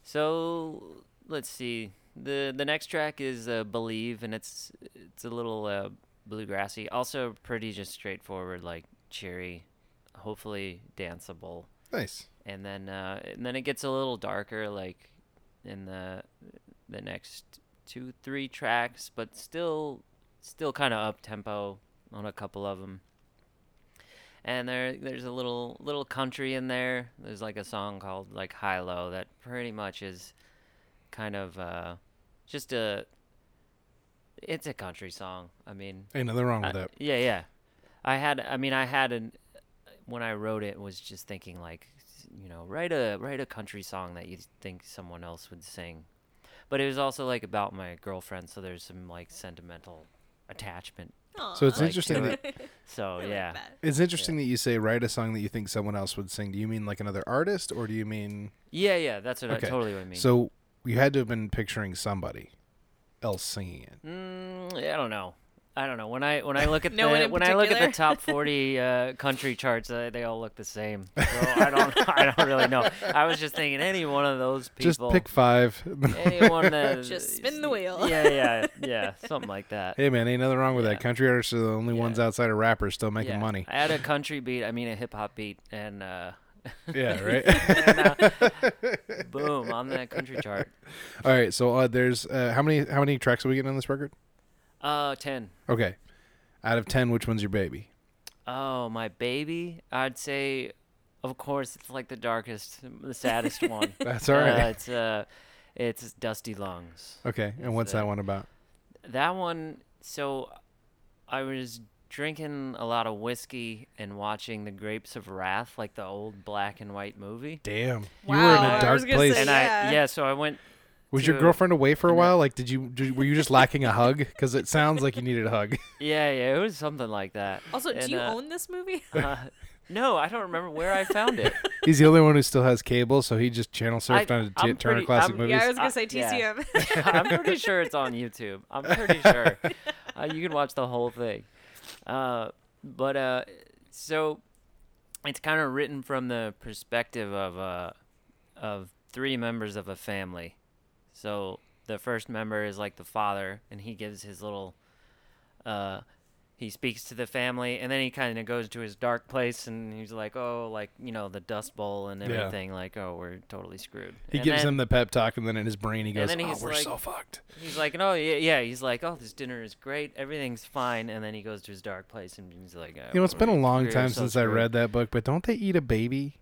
[SPEAKER 3] so let's see. the The next track is uh, "Believe," and it's it's a little uh, bluegrassy. Also, pretty just straightforward, like cheery, hopefully danceable.
[SPEAKER 1] Nice.
[SPEAKER 3] And then uh, and then it gets a little darker, like in the the next two three tracks, but still still kind of up tempo on a couple of them. And there there's a little little country in there. There's like a song called like High Low that pretty much is kind of uh just a it's a country song. I mean,
[SPEAKER 1] Ain't nothing wrong with
[SPEAKER 3] I-
[SPEAKER 1] that.
[SPEAKER 3] yeah, yeah. I had, I mean, I had an when I wrote it was just thinking like, s- you know, write a write a country song that you think someone else would sing, but it was also like about my girlfriend, so there's some like sentimental attachment.
[SPEAKER 1] So it's
[SPEAKER 3] Like,
[SPEAKER 1] interesting
[SPEAKER 3] to
[SPEAKER 1] that
[SPEAKER 2] it.
[SPEAKER 3] So yeah,
[SPEAKER 1] It's interesting that you say write a song that you think someone else would sing. Do you mean like another artist, or do you mean
[SPEAKER 3] yeah, yeah. That's what
[SPEAKER 1] Okay.
[SPEAKER 3] I totally what I mean.
[SPEAKER 1] so you had to have been picturing somebody else singing it?
[SPEAKER 3] mm, I don't know. I don't know. When I when I look
[SPEAKER 2] [laughs]
[SPEAKER 3] at
[SPEAKER 2] No one
[SPEAKER 3] the
[SPEAKER 2] in
[SPEAKER 3] when I look at the
[SPEAKER 2] particular?
[SPEAKER 3] top 40 uh, country charts, uh, they all look the same. So I don't [laughs] I don't really know. I was just thinking any one of those
[SPEAKER 1] Just
[SPEAKER 3] people.
[SPEAKER 1] pick
[SPEAKER 3] [laughs]
[SPEAKER 1] five. [laughs]
[SPEAKER 2] [laughs]
[SPEAKER 3] anyone that
[SPEAKER 2] Just spin the wheel.
[SPEAKER 3] Yeah,
[SPEAKER 2] [laughs]
[SPEAKER 3] yeah, yeah, something like that.
[SPEAKER 1] hey man, ain't nothing wrong with
[SPEAKER 3] Yeah.
[SPEAKER 1] that. Country artists are the only ones outside of rappers still making
[SPEAKER 3] Yeah. [laughs]
[SPEAKER 1] money.
[SPEAKER 3] I had a country beat. I mean a hip hop beat, and uh, [laughs]
[SPEAKER 1] Yeah, right. [laughs]
[SPEAKER 3] boom, on that country chart.
[SPEAKER 1] All right, so uh, there's uh, how many how many tracks are we getting on this record?
[SPEAKER 3] Uh, ten.
[SPEAKER 1] Okay, out of ten, which one's your baby?
[SPEAKER 3] Oh, my baby. I'd say, of course, it's like the darkest, the
[SPEAKER 1] [laughs]
[SPEAKER 3] saddest one.
[SPEAKER 1] That's all right.
[SPEAKER 3] Uh, [laughs] it's uh, it's Dusty Lungs.
[SPEAKER 1] okay, and what's that one about?
[SPEAKER 3] That one. So, I was drinking a lot of whiskey and watching The Grapes of Wrath, like the old black and white movie.
[SPEAKER 1] Damn, you were
[SPEAKER 2] Wow,
[SPEAKER 1] in
[SPEAKER 2] I
[SPEAKER 1] a
[SPEAKER 2] was
[SPEAKER 1] dark
[SPEAKER 2] gonna
[SPEAKER 1] place.
[SPEAKER 2] say-
[SPEAKER 3] And
[SPEAKER 2] Yeah.
[SPEAKER 3] I yeah, so I went.
[SPEAKER 1] was your
[SPEAKER 3] to-
[SPEAKER 1] girlfriend away for a while? Like, did you did, were you just lacking a hug? Because it sounds like you needed a hug. [laughs]
[SPEAKER 3] Yeah, yeah, it was something like that.
[SPEAKER 2] Also,
[SPEAKER 3] And,
[SPEAKER 2] do you
[SPEAKER 3] uh,
[SPEAKER 2] own this movie?
[SPEAKER 3] uh, [laughs] no, I don't remember where I found it.
[SPEAKER 1] He's the only one who still has cable, so he just channel surfed
[SPEAKER 3] I-
[SPEAKER 1] on to
[SPEAKER 3] I'm
[SPEAKER 1] Turner
[SPEAKER 3] pretty-
[SPEAKER 1] Classic
[SPEAKER 3] I'm-
[SPEAKER 1] Movies.
[SPEAKER 2] yeah, I was
[SPEAKER 3] uh,
[SPEAKER 2] gonna say
[SPEAKER 3] yeah.
[SPEAKER 2] TCM.
[SPEAKER 1] [laughs]
[SPEAKER 3] [laughs] I'm pretty sure it's on YouTube. I'm pretty sure. Uh, you can watch the whole thing. Uh, but uh, so it's kind of written from the perspective of uh, of three members of a family. So the first member is like the father, and he gives his little. Uh, he speaks to the family, and then he kind of goes to his dark place, and he's like, "Oh, like you know, the Dust Bowl and
[SPEAKER 1] Yeah.
[SPEAKER 3] everything. Like, oh, we're totally screwed."
[SPEAKER 1] he
[SPEAKER 3] And
[SPEAKER 1] gives
[SPEAKER 3] then-
[SPEAKER 1] him the pep talk, and then in his brain he goes,
[SPEAKER 3] then
[SPEAKER 1] "Oh,
[SPEAKER 3] he's
[SPEAKER 1] we're
[SPEAKER 3] like-
[SPEAKER 1] so fucked."
[SPEAKER 3] He's like, no, yeah, yeah. He's like, oh, this dinner is great, everything's fine, and then he goes to his dark place and he's like,
[SPEAKER 1] You know, it's been a long
[SPEAKER 3] we're
[SPEAKER 1] time
[SPEAKER 3] so
[SPEAKER 1] since I
[SPEAKER 3] screwed."
[SPEAKER 1] read that book, but don't they eat a baby?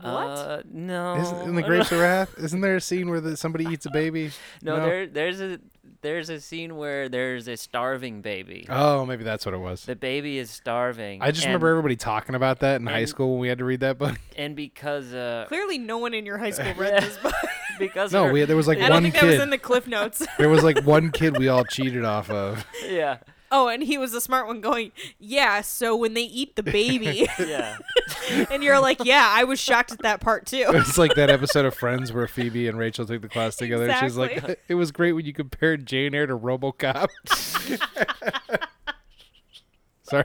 [SPEAKER 2] What?
[SPEAKER 3] Uh, no,
[SPEAKER 1] Isn't, in the
[SPEAKER 3] [laughs]
[SPEAKER 1] Grapes of Wrath, isn't there a scene where the, somebody eats a baby?
[SPEAKER 3] no, there, there's a, there's a scene where there's a starving baby.
[SPEAKER 1] Oh, maybe that's what it was.
[SPEAKER 3] The baby is starving.
[SPEAKER 1] I just
[SPEAKER 3] and-
[SPEAKER 1] remember everybody talking about that in high
[SPEAKER 3] and-
[SPEAKER 1] school when we had to read that book.
[SPEAKER 3] and because, uh, [laughs]
[SPEAKER 2] Clearly, no one in your high school read this
[SPEAKER 1] [laughs]
[SPEAKER 2] book.
[SPEAKER 3] because
[SPEAKER 1] No,
[SPEAKER 3] her-
[SPEAKER 1] we, there
[SPEAKER 3] [laughs]
[SPEAKER 1] was like
[SPEAKER 2] I don't
[SPEAKER 1] one
[SPEAKER 2] think that was
[SPEAKER 1] kid.
[SPEAKER 2] in the Cliff Notes.
[SPEAKER 1] [laughs] there was like one kid we all cheated off of.
[SPEAKER 3] yeah,
[SPEAKER 2] Oh, and he was the smart one going, Yeah, so when they eat
[SPEAKER 1] [laughs]
[SPEAKER 2] the baby.
[SPEAKER 3] yeah,
[SPEAKER 2] [laughs] and you're like, Yeah, I was shocked at that part
[SPEAKER 1] [laughs]
[SPEAKER 2] too.
[SPEAKER 1] It's like that episode of Friends where Phoebe and Rachel took the class together. and She's like,
[SPEAKER 2] Exactly.
[SPEAKER 1] "It was great when you compared Jane Eyre to RoboCop." Sorry,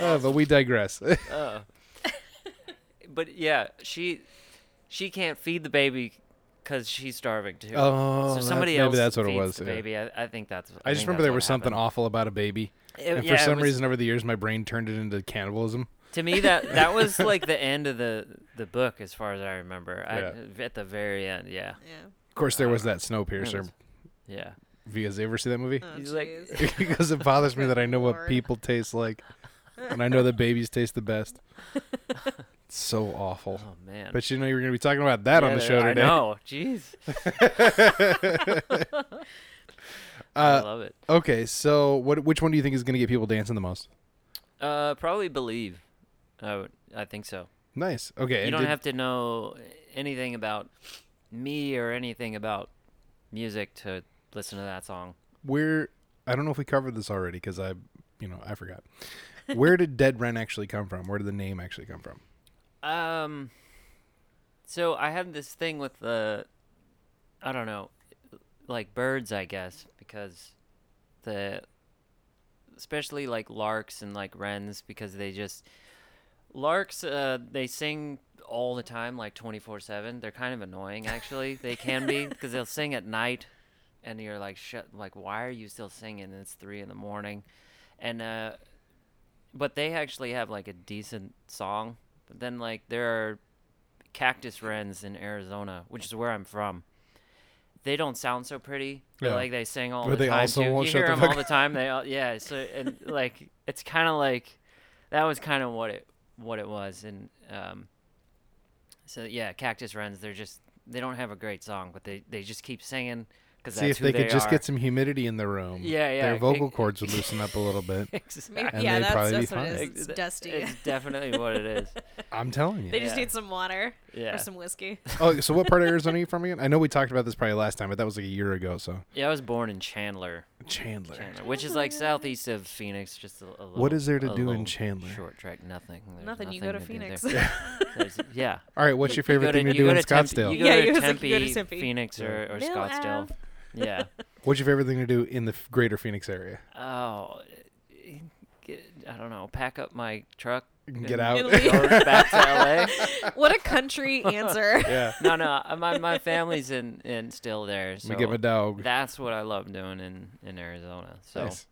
[SPEAKER 1] oh, but we digress.
[SPEAKER 3] Oh. but yeah, she, she can't feed the baby because she's starving too.
[SPEAKER 1] [laughs] Oh,
[SPEAKER 3] so
[SPEAKER 1] that-
[SPEAKER 3] somebody
[SPEAKER 1] maybe
[SPEAKER 3] else
[SPEAKER 1] that's what it
[SPEAKER 3] feeds
[SPEAKER 1] was,
[SPEAKER 3] The
[SPEAKER 1] yeah.
[SPEAKER 3] baby, I, I think that's.
[SPEAKER 1] I just
[SPEAKER 3] think
[SPEAKER 1] remember
[SPEAKER 3] that's
[SPEAKER 1] there
[SPEAKER 3] what
[SPEAKER 1] was something
[SPEAKER 3] happened.
[SPEAKER 1] awful about a baby,
[SPEAKER 3] It-
[SPEAKER 1] and
[SPEAKER 3] yeah,
[SPEAKER 1] for
[SPEAKER 3] it
[SPEAKER 1] some
[SPEAKER 3] was-
[SPEAKER 1] reason over the years my brain turned it into cannibalism.
[SPEAKER 3] to me that that was like the end of the the book as far as i remember I, at the very end yeah
[SPEAKER 1] Of course, there was that Snowpiercer.
[SPEAKER 3] Uh, was- yeah
[SPEAKER 1] Because you ever see that
[SPEAKER 3] [laughs]
[SPEAKER 1] movie? [laughs]
[SPEAKER 2] Oh,
[SPEAKER 3] he's like
[SPEAKER 1] because it bothers me that I know what
[SPEAKER 2] Lord.
[SPEAKER 1] people taste like, and I know
[SPEAKER 3] [laughs]
[SPEAKER 1] that babies taste the best. It's so awful.
[SPEAKER 3] oh man
[SPEAKER 1] But you know you're going to be talking about that on the
[SPEAKER 3] Yeah,
[SPEAKER 1] show today.
[SPEAKER 3] i know jeez
[SPEAKER 1] [laughs] Uh,
[SPEAKER 3] i love it
[SPEAKER 1] Okay, so what? Which one do you think is going to get people dancing the most?
[SPEAKER 3] uh probably believe i would i think so
[SPEAKER 1] Nice. Okay.
[SPEAKER 3] you
[SPEAKER 1] and
[SPEAKER 3] don't
[SPEAKER 1] did-
[SPEAKER 3] have to know anything about me or anything about music to listen to that song
[SPEAKER 1] Where I don't know if we covered this already because I, you know, I forgot. Where did Dead Ren actually come from? Where did the name actually come from?
[SPEAKER 3] Um. So I had this thing with the, I don't know, like birds, I guess, because the, especially like larks and like wrens, because they just, larks, uh, they sing all the time, like twenty four seven. They're kind of annoying, actually. they can be because they'll sing at night, and you're like, shut, like, why are you still singing? it's three in the morning, and uh, but they actually have like a decent song. But then like there are cactus wrens in Arizona, which is where I'm from. They don't sound so pretty. but,
[SPEAKER 1] Yeah.
[SPEAKER 3] Like they sing all
[SPEAKER 1] But
[SPEAKER 3] the
[SPEAKER 1] they
[SPEAKER 3] time.
[SPEAKER 1] also
[SPEAKER 3] too.
[SPEAKER 1] won't
[SPEAKER 3] you
[SPEAKER 1] shut
[SPEAKER 3] hear
[SPEAKER 1] the
[SPEAKER 3] them
[SPEAKER 1] fuck
[SPEAKER 3] all the time. They all, yeah. So
[SPEAKER 1] [laughs]
[SPEAKER 3] and like it's kind of like that was kind of what it what it was and um so yeah cactus wrens they're just they don't have a great song but they they just keep singing because
[SPEAKER 1] See if
[SPEAKER 3] who
[SPEAKER 1] they could just
[SPEAKER 3] are.
[SPEAKER 1] get some humidity in the room.
[SPEAKER 3] Yeah, yeah,
[SPEAKER 1] Their vocal
[SPEAKER 3] it-
[SPEAKER 1] cords would loosen up a little
[SPEAKER 3] [laughs]
[SPEAKER 1] bit.
[SPEAKER 3] exactly.
[SPEAKER 1] And
[SPEAKER 2] yeah,
[SPEAKER 1] they'd
[SPEAKER 2] that's,
[SPEAKER 1] probably be
[SPEAKER 2] that's what it
[SPEAKER 1] fine.
[SPEAKER 2] is. It's
[SPEAKER 3] Ex-
[SPEAKER 2] dusty. [laughs]
[SPEAKER 3] it's definitely what it is
[SPEAKER 1] I'm telling you.
[SPEAKER 2] they just
[SPEAKER 3] Yeah.
[SPEAKER 2] need some water
[SPEAKER 3] Yeah.
[SPEAKER 2] or
[SPEAKER 1] [laughs]
[SPEAKER 2] some whiskey.
[SPEAKER 1] oh, so what part of Arizona are you from again? I know we talked about this probably last time, but that was like a year ago. So
[SPEAKER 3] yeah i was born in chandler
[SPEAKER 1] Chandler.
[SPEAKER 3] Chandler, which is like southeast of Phoenix, just a, a little.
[SPEAKER 1] What is there to
[SPEAKER 3] a
[SPEAKER 1] do in
[SPEAKER 3] little
[SPEAKER 1] Chandler?
[SPEAKER 3] Short track, nothing. There's
[SPEAKER 2] Nothing. You go to
[SPEAKER 3] to do
[SPEAKER 2] Phoenix.
[SPEAKER 3] there.
[SPEAKER 2] [laughs]
[SPEAKER 1] [laughs]
[SPEAKER 3] There's- yeah.
[SPEAKER 1] All right, what's your
[SPEAKER 3] You go
[SPEAKER 1] favorite thing to
[SPEAKER 3] you
[SPEAKER 1] do
[SPEAKER 3] go
[SPEAKER 1] in
[SPEAKER 3] Tempe-
[SPEAKER 1] Scottsdale?
[SPEAKER 3] you go
[SPEAKER 2] Yeah,
[SPEAKER 3] to
[SPEAKER 2] you was like,
[SPEAKER 3] Tempe,
[SPEAKER 2] you go to Tempe.
[SPEAKER 3] Phoenix, or, or
[SPEAKER 2] Mill
[SPEAKER 3] Scottsdale.
[SPEAKER 2] Ave.
[SPEAKER 3] Yeah.
[SPEAKER 1] What's your favorite thing to do in the f- greater Phoenix area?
[SPEAKER 3] [laughs] Oh, eh, get, I don't know. Pack up my truck.
[SPEAKER 1] Get
[SPEAKER 3] and
[SPEAKER 1] out.
[SPEAKER 2] It'll
[SPEAKER 3] go back to LA.
[SPEAKER 2] [laughs] What a country
[SPEAKER 3] [laughs]
[SPEAKER 2] answer.
[SPEAKER 1] [laughs] Yeah.
[SPEAKER 3] No, no. uh, My my family's in in still there. So
[SPEAKER 1] we give a dog.
[SPEAKER 3] that's what I love doing in in Arizona. So
[SPEAKER 1] Nice.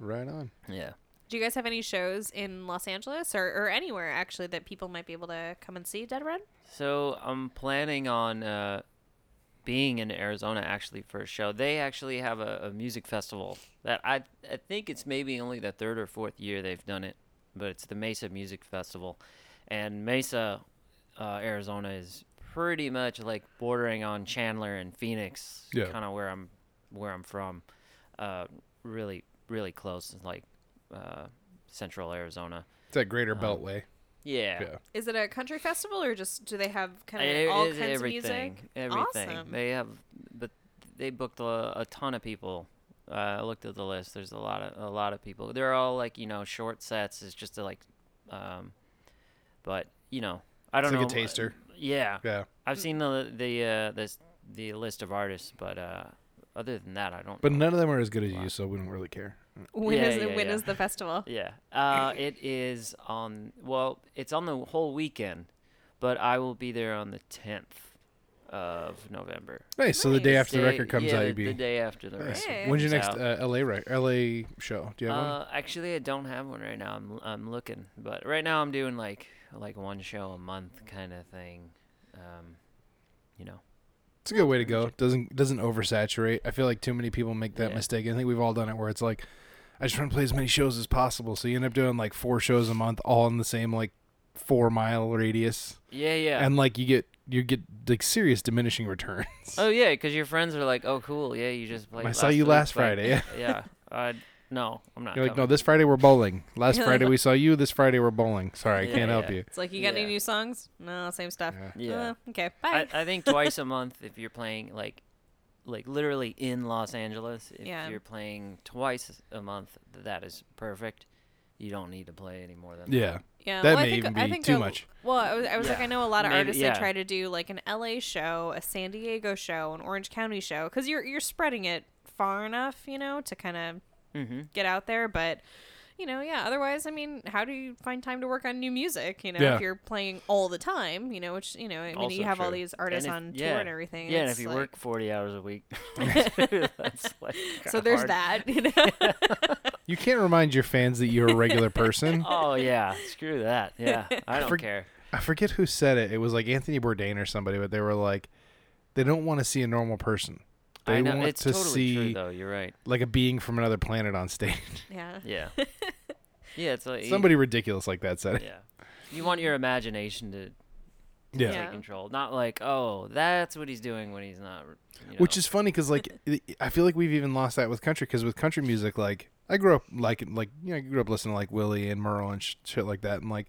[SPEAKER 1] Right on.
[SPEAKER 3] yeah.
[SPEAKER 2] Do you guys have any shows in Los Angeles or, or anywhere actually that people might be able to come and see Dead Red?
[SPEAKER 3] So I'm planning on uh, being in Arizona actually for a show. They actually have a, a music festival that I I think it's maybe only the third or fourth year they've done it, but it's the Mesa Music Festival, and Mesa, uh, Arizona is pretty much like bordering on Chandler and Phoenix,
[SPEAKER 1] Yeah.
[SPEAKER 3] kind of where I'm where I'm from, uh, really really close, like uh, central Arizona.
[SPEAKER 1] It's that greater beltway.
[SPEAKER 3] Um, yeah.
[SPEAKER 1] Yeah.
[SPEAKER 2] Is it a country festival or just do they have kind
[SPEAKER 3] It
[SPEAKER 2] of all
[SPEAKER 3] is
[SPEAKER 2] kinds of music?
[SPEAKER 3] Everything.
[SPEAKER 2] Awesome.
[SPEAKER 3] They have, but they booked a, a ton of people. Uh, I looked at the list. There's a lot of a lot of people. They're all like you know short sets. It's just a, like, um, but you know I
[SPEAKER 1] It's
[SPEAKER 3] don't
[SPEAKER 1] like
[SPEAKER 3] know. uh,
[SPEAKER 1] a taster.
[SPEAKER 3] Yeah,
[SPEAKER 1] Yeah.
[SPEAKER 3] I've seen the the uh, this the list of artists, but uh, other than that, I don't.
[SPEAKER 1] But
[SPEAKER 3] know.
[SPEAKER 1] none of them are as good as you, so we don't really care.
[SPEAKER 2] When
[SPEAKER 3] Yeah,
[SPEAKER 2] is the
[SPEAKER 3] yeah,
[SPEAKER 2] when
[SPEAKER 3] yeah.
[SPEAKER 2] is the festival?
[SPEAKER 3] Yeah. Uh, it is on, well, it's on the whole weekend, but I will be there on the 10th of November.
[SPEAKER 1] Nice. So the day
[SPEAKER 2] Nice.
[SPEAKER 1] after the
[SPEAKER 3] Day-
[SPEAKER 1] record comes
[SPEAKER 3] yeah,
[SPEAKER 1] out,
[SPEAKER 3] the-
[SPEAKER 1] you'd be.
[SPEAKER 3] The day after the
[SPEAKER 1] Nice.
[SPEAKER 3] record.
[SPEAKER 2] Yeah.
[SPEAKER 1] When's your next
[SPEAKER 3] So-
[SPEAKER 1] uh, LA rec- LA show? Do you have one?
[SPEAKER 3] Uh, actually, I don't have one right now. I'm I'm looking, but right now I'm doing like like one show a month kind of thing. Um, you know.
[SPEAKER 1] It's a good way to go. Doesn't doesn't oversaturate. I feel like too many people make that
[SPEAKER 3] Yeah.
[SPEAKER 1] mistake. I think we've all done it where it's like, I just want to play as many shows as possible. So you end up doing like four shows a month, all in the same like four mile radius,
[SPEAKER 3] Yeah, yeah.
[SPEAKER 1] and like you get you get like serious diminishing returns.
[SPEAKER 3] oh yeah, because your friends are like, "Oh, cool. Yeah, you just played."
[SPEAKER 1] I saw you
[SPEAKER 3] week,"
[SPEAKER 1] last [laughs]
[SPEAKER 3] like,
[SPEAKER 1] Friday.
[SPEAKER 3] yeah. Uh, no, I'm not.
[SPEAKER 1] You're like, no,
[SPEAKER 3] coming.
[SPEAKER 1] this Friday we're bowling. Last
[SPEAKER 2] Yeah.
[SPEAKER 1] Friday we saw you. This Friday we're bowling. Sorry, I
[SPEAKER 3] Yeah,
[SPEAKER 1] can't help
[SPEAKER 3] yeah.
[SPEAKER 1] you.
[SPEAKER 2] It's like you got any
[SPEAKER 3] Yeah.
[SPEAKER 2] new songs? No, same stuff.
[SPEAKER 1] Yeah.
[SPEAKER 3] Yeah.
[SPEAKER 2] Uh, okay. Bye.
[SPEAKER 3] I, I think twice a month if you're playing like like literally in Los Angeles, if
[SPEAKER 2] Yeah.
[SPEAKER 3] you're playing twice a month, that is perfect. You don't need to play any more than
[SPEAKER 1] Yeah,
[SPEAKER 2] [laughs] yeah.
[SPEAKER 1] that
[SPEAKER 2] well, I
[SPEAKER 1] may
[SPEAKER 2] think,
[SPEAKER 1] even
[SPEAKER 2] I
[SPEAKER 1] be
[SPEAKER 2] think
[SPEAKER 1] too
[SPEAKER 2] a-
[SPEAKER 1] much.
[SPEAKER 2] Well, I was, I was like,
[SPEAKER 3] Yeah.
[SPEAKER 2] I know a lot of
[SPEAKER 3] Maybe-
[SPEAKER 2] artists
[SPEAKER 3] yeah.
[SPEAKER 2] they try to do like an LA show, a San Diego show, an Orange County show, because you're you're spreading it far enough, you know, to kind of
[SPEAKER 3] Mm-hmm.
[SPEAKER 2] get out there. But you know, yeah. Otherwise, I mean, how do you find time to work on new music? You know,
[SPEAKER 1] Yeah.
[SPEAKER 2] if you're playing all the time, you know, which you know, I mean,
[SPEAKER 3] Also
[SPEAKER 2] you have all
[SPEAKER 3] true.
[SPEAKER 2] these artists on tour and everything.
[SPEAKER 3] Yeah, and
[SPEAKER 2] it's
[SPEAKER 3] if you
[SPEAKER 2] like-
[SPEAKER 3] work 40 hours a week, [laughs] that's like
[SPEAKER 2] [laughs] so
[SPEAKER 3] kinda
[SPEAKER 2] there's
[SPEAKER 3] hard.
[SPEAKER 2] that.
[SPEAKER 3] [laughs]
[SPEAKER 2] You know,
[SPEAKER 1] You can't remind your fans that you're a
[SPEAKER 3] [laughs]
[SPEAKER 1] regular person.
[SPEAKER 3] Oh yeah,
[SPEAKER 2] [laughs]
[SPEAKER 3] screw that. Yeah, I don't
[SPEAKER 1] For-
[SPEAKER 3] care.
[SPEAKER 1] I forget who said it. It was like Anthony Bourdain or somebody, but they were like, they don't want to see a normal person. They
[SPEAKER 3] I know
[SPEAKER 1] want
[SPEAKER 3] it's
[SPEAKER 1] to
[SPEAKER 3] totally
[SPEAKER 1] see
[SPEAKER 3] true though. You're right.
[SPEAKER 1] like a being from another planet on stage.
[SPEAKER 2] yeah. [laughs]
[SPEAKER 3] Yeah. [laughs] Yeah, it's like
[SPEAKER 1] Somebody ridiculous like that said it.
[SPEAKER 3] Yeah. You want your imagination to
[SPEAKER 1] Yeah.
[SPEAKER 2] Yeah.
[SPEAKER 3] take control, not like, oh, that's what he's doing when he's not. You know.
[SPEAKER 1] Which is funny because
[SPEAKER 2] [laughs]
[SPEAKER 1] like i- I feel like we've even lost that with country because with country music like I grew up like like you know I grew up listening to like Willie and Merle and sh- shit like that and like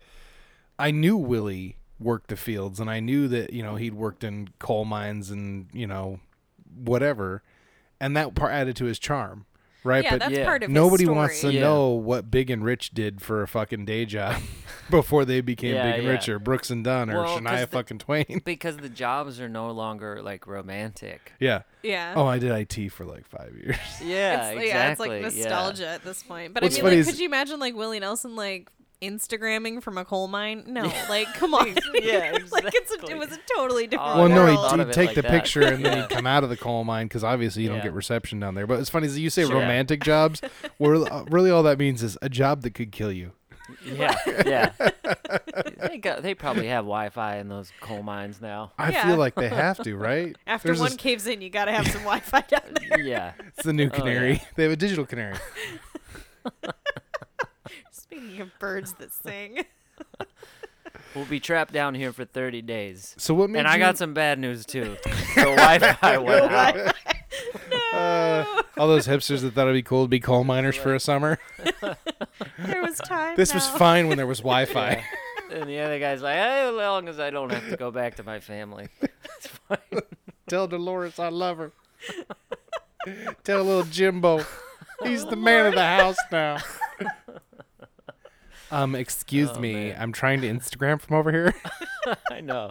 [SPEAKER 1] I knew Willie worked the fields and I knew that you know he'd worked in coal mines and you know whatever and that part added to his charm right
[SPEAKER 2] yeah, that's
[SPEAKER 3] Yeah.
[SPEAKER 2] part of his
[SPEAKER 1] Nobody
[SPEAKER 2] story.
[SPEAKER 1] wants to
[SPEAKER 3] Yeah.
[SPEAKER 1] know what Big and Rich did for a fucking day
[SPEAKER 3] [laughs]
[SPEAKER 1] job before they became
[SPEAKER 3] Yeah,
[SPEAKER 1] Big and
[SPEAKER 3] yeah.
[SPEAKER 1] Rich or Brooks and Dunn or
[SPEAKER 3] Well, 'cause
[SPEAKER 1] Shania
[SPEAKER 3] the-
[SPEAKER 1] fucking Twain. [laughs]
[SPEAKER 3] because the jobs are no longer like romantic.
[SPEAKER 1] yeah.
[SPEAKER 2] Yeah.
[SPEAKER 1] Oh, I did IT for like five years.
[SPEAKER 3] Yeah,
[SPEAKER 2] it's,
[SPEAKER 3] exactly.
[SPEAKER 2] yeah, it's like nostalgia at this point. But
[SPEAKER 1] What's
[SPEAKER 2] I mean,
[SPEAKER 1] funny
[SPEAKER 2] like,
[SPEAKER 1] is-
[SPEAKER 2] could you imagine like Willie Nelson like Instagramming from a coal mine? No, like come on.
[SPEAKER 3] [laughs] Yeah,
[SPEAKER 2] [laughs] like it's a,
[SPEAKER 3] exactly.
[SPEAKER 2] it was a totally different.
[SPEAKER 3] Oh,
[SPEAKER 1] well,
[SPEAKER 3] I
[SPEAKER 1] no,
[SPEAKER 3] never
[SPEAKER 1] he'd,
[SPEAKER 2] world.
[SPEAKER 3] thought of
[SPEAKER 1] he'd
[SPEAKER 3] it
[SPEAKER 1] take
[SPEAKER 3] like
[SPEAKER 1] the
[SPEAKER 3] that.
[SPEAKER 1] picture and then
[SPEAKER 3] Yeah. [laughs]
[SPEAKER 1] he'd come out of the coal mine because obviously you don't
[SPEAKER 3] Yeah.
[SPEAKER 1] get reception down there. But it's funny is you say
[SPEAKER 3] Sure.
[SPEAKER 1] romantic jobs, where uh, really all that means is a job that could kill you.
[SPEAKER 3] Yeah, yeah. they got, they probably have Wi-Fi in those coal mines now.
[SPEAKER 1] I
[SPEAKER 2] Yeah.
[SPEAKER 1] feel
[SPEAKER 3] [laughs]
[SPEAKER 1] like they have to, right?
[SPEAKER 2] After
[SPEAKER 1] There's
[SPEAKER 2] one
[SPEAKER 1] this-
[SPEAKER 2] caves in, you gotta have some [laughs] Wi-Fi down there.
[SPEAKER 3] Yeah,
[SPEAKER 1] it's the new
[SPEAKER 3] Oh, yeah.
[SPEAKER 1] canary. [laughs] They have a digital canary.
[SPEAKER 2] Speaking of birds that sing, [laughs]
[SPEAKER 3] we'll be trapped down here for 30 days.
[SPEAKER 1] So what made
[SPEAKER 3] And I
[SPEAKER 1] you-
[SPEAKER 3] got some bad
[SPEAKER 1] [laughs]
[SPEAKER 3] news too. The Wi-Fi went out.
[SPEAKER 1] uh, all those hipsters that thought it'd be cool to be coal miners for a summer. [laughs]
[SPEAKER 2] there was time.
[SPEAKER 1] This was
[SPEAKER 2] now.
[SPEAKER 1] fine when there was
[SPEAKER 3] [laughs]
[SPEAKER 1] Wi-Fi.
[SPEAKER 3] And the other guy's like, hey, as long as I don't have to go back to my family. [laughs] It's fine.
[SPEAKER 1] Tell Dolores I love her. [laughs] Tell little Jimbo, he's the man of
[SPEAKER 3] [laughs]
[SPEAKER 1] the house now. Um, excuse
[SPEAKER 3] Oh,
[SPEAKER 1] me,
[SPEAKER 3] man. Oh,
[SPEAKER 1] I'm trying to Instagram from over here.
[SPEAKER 3] I know.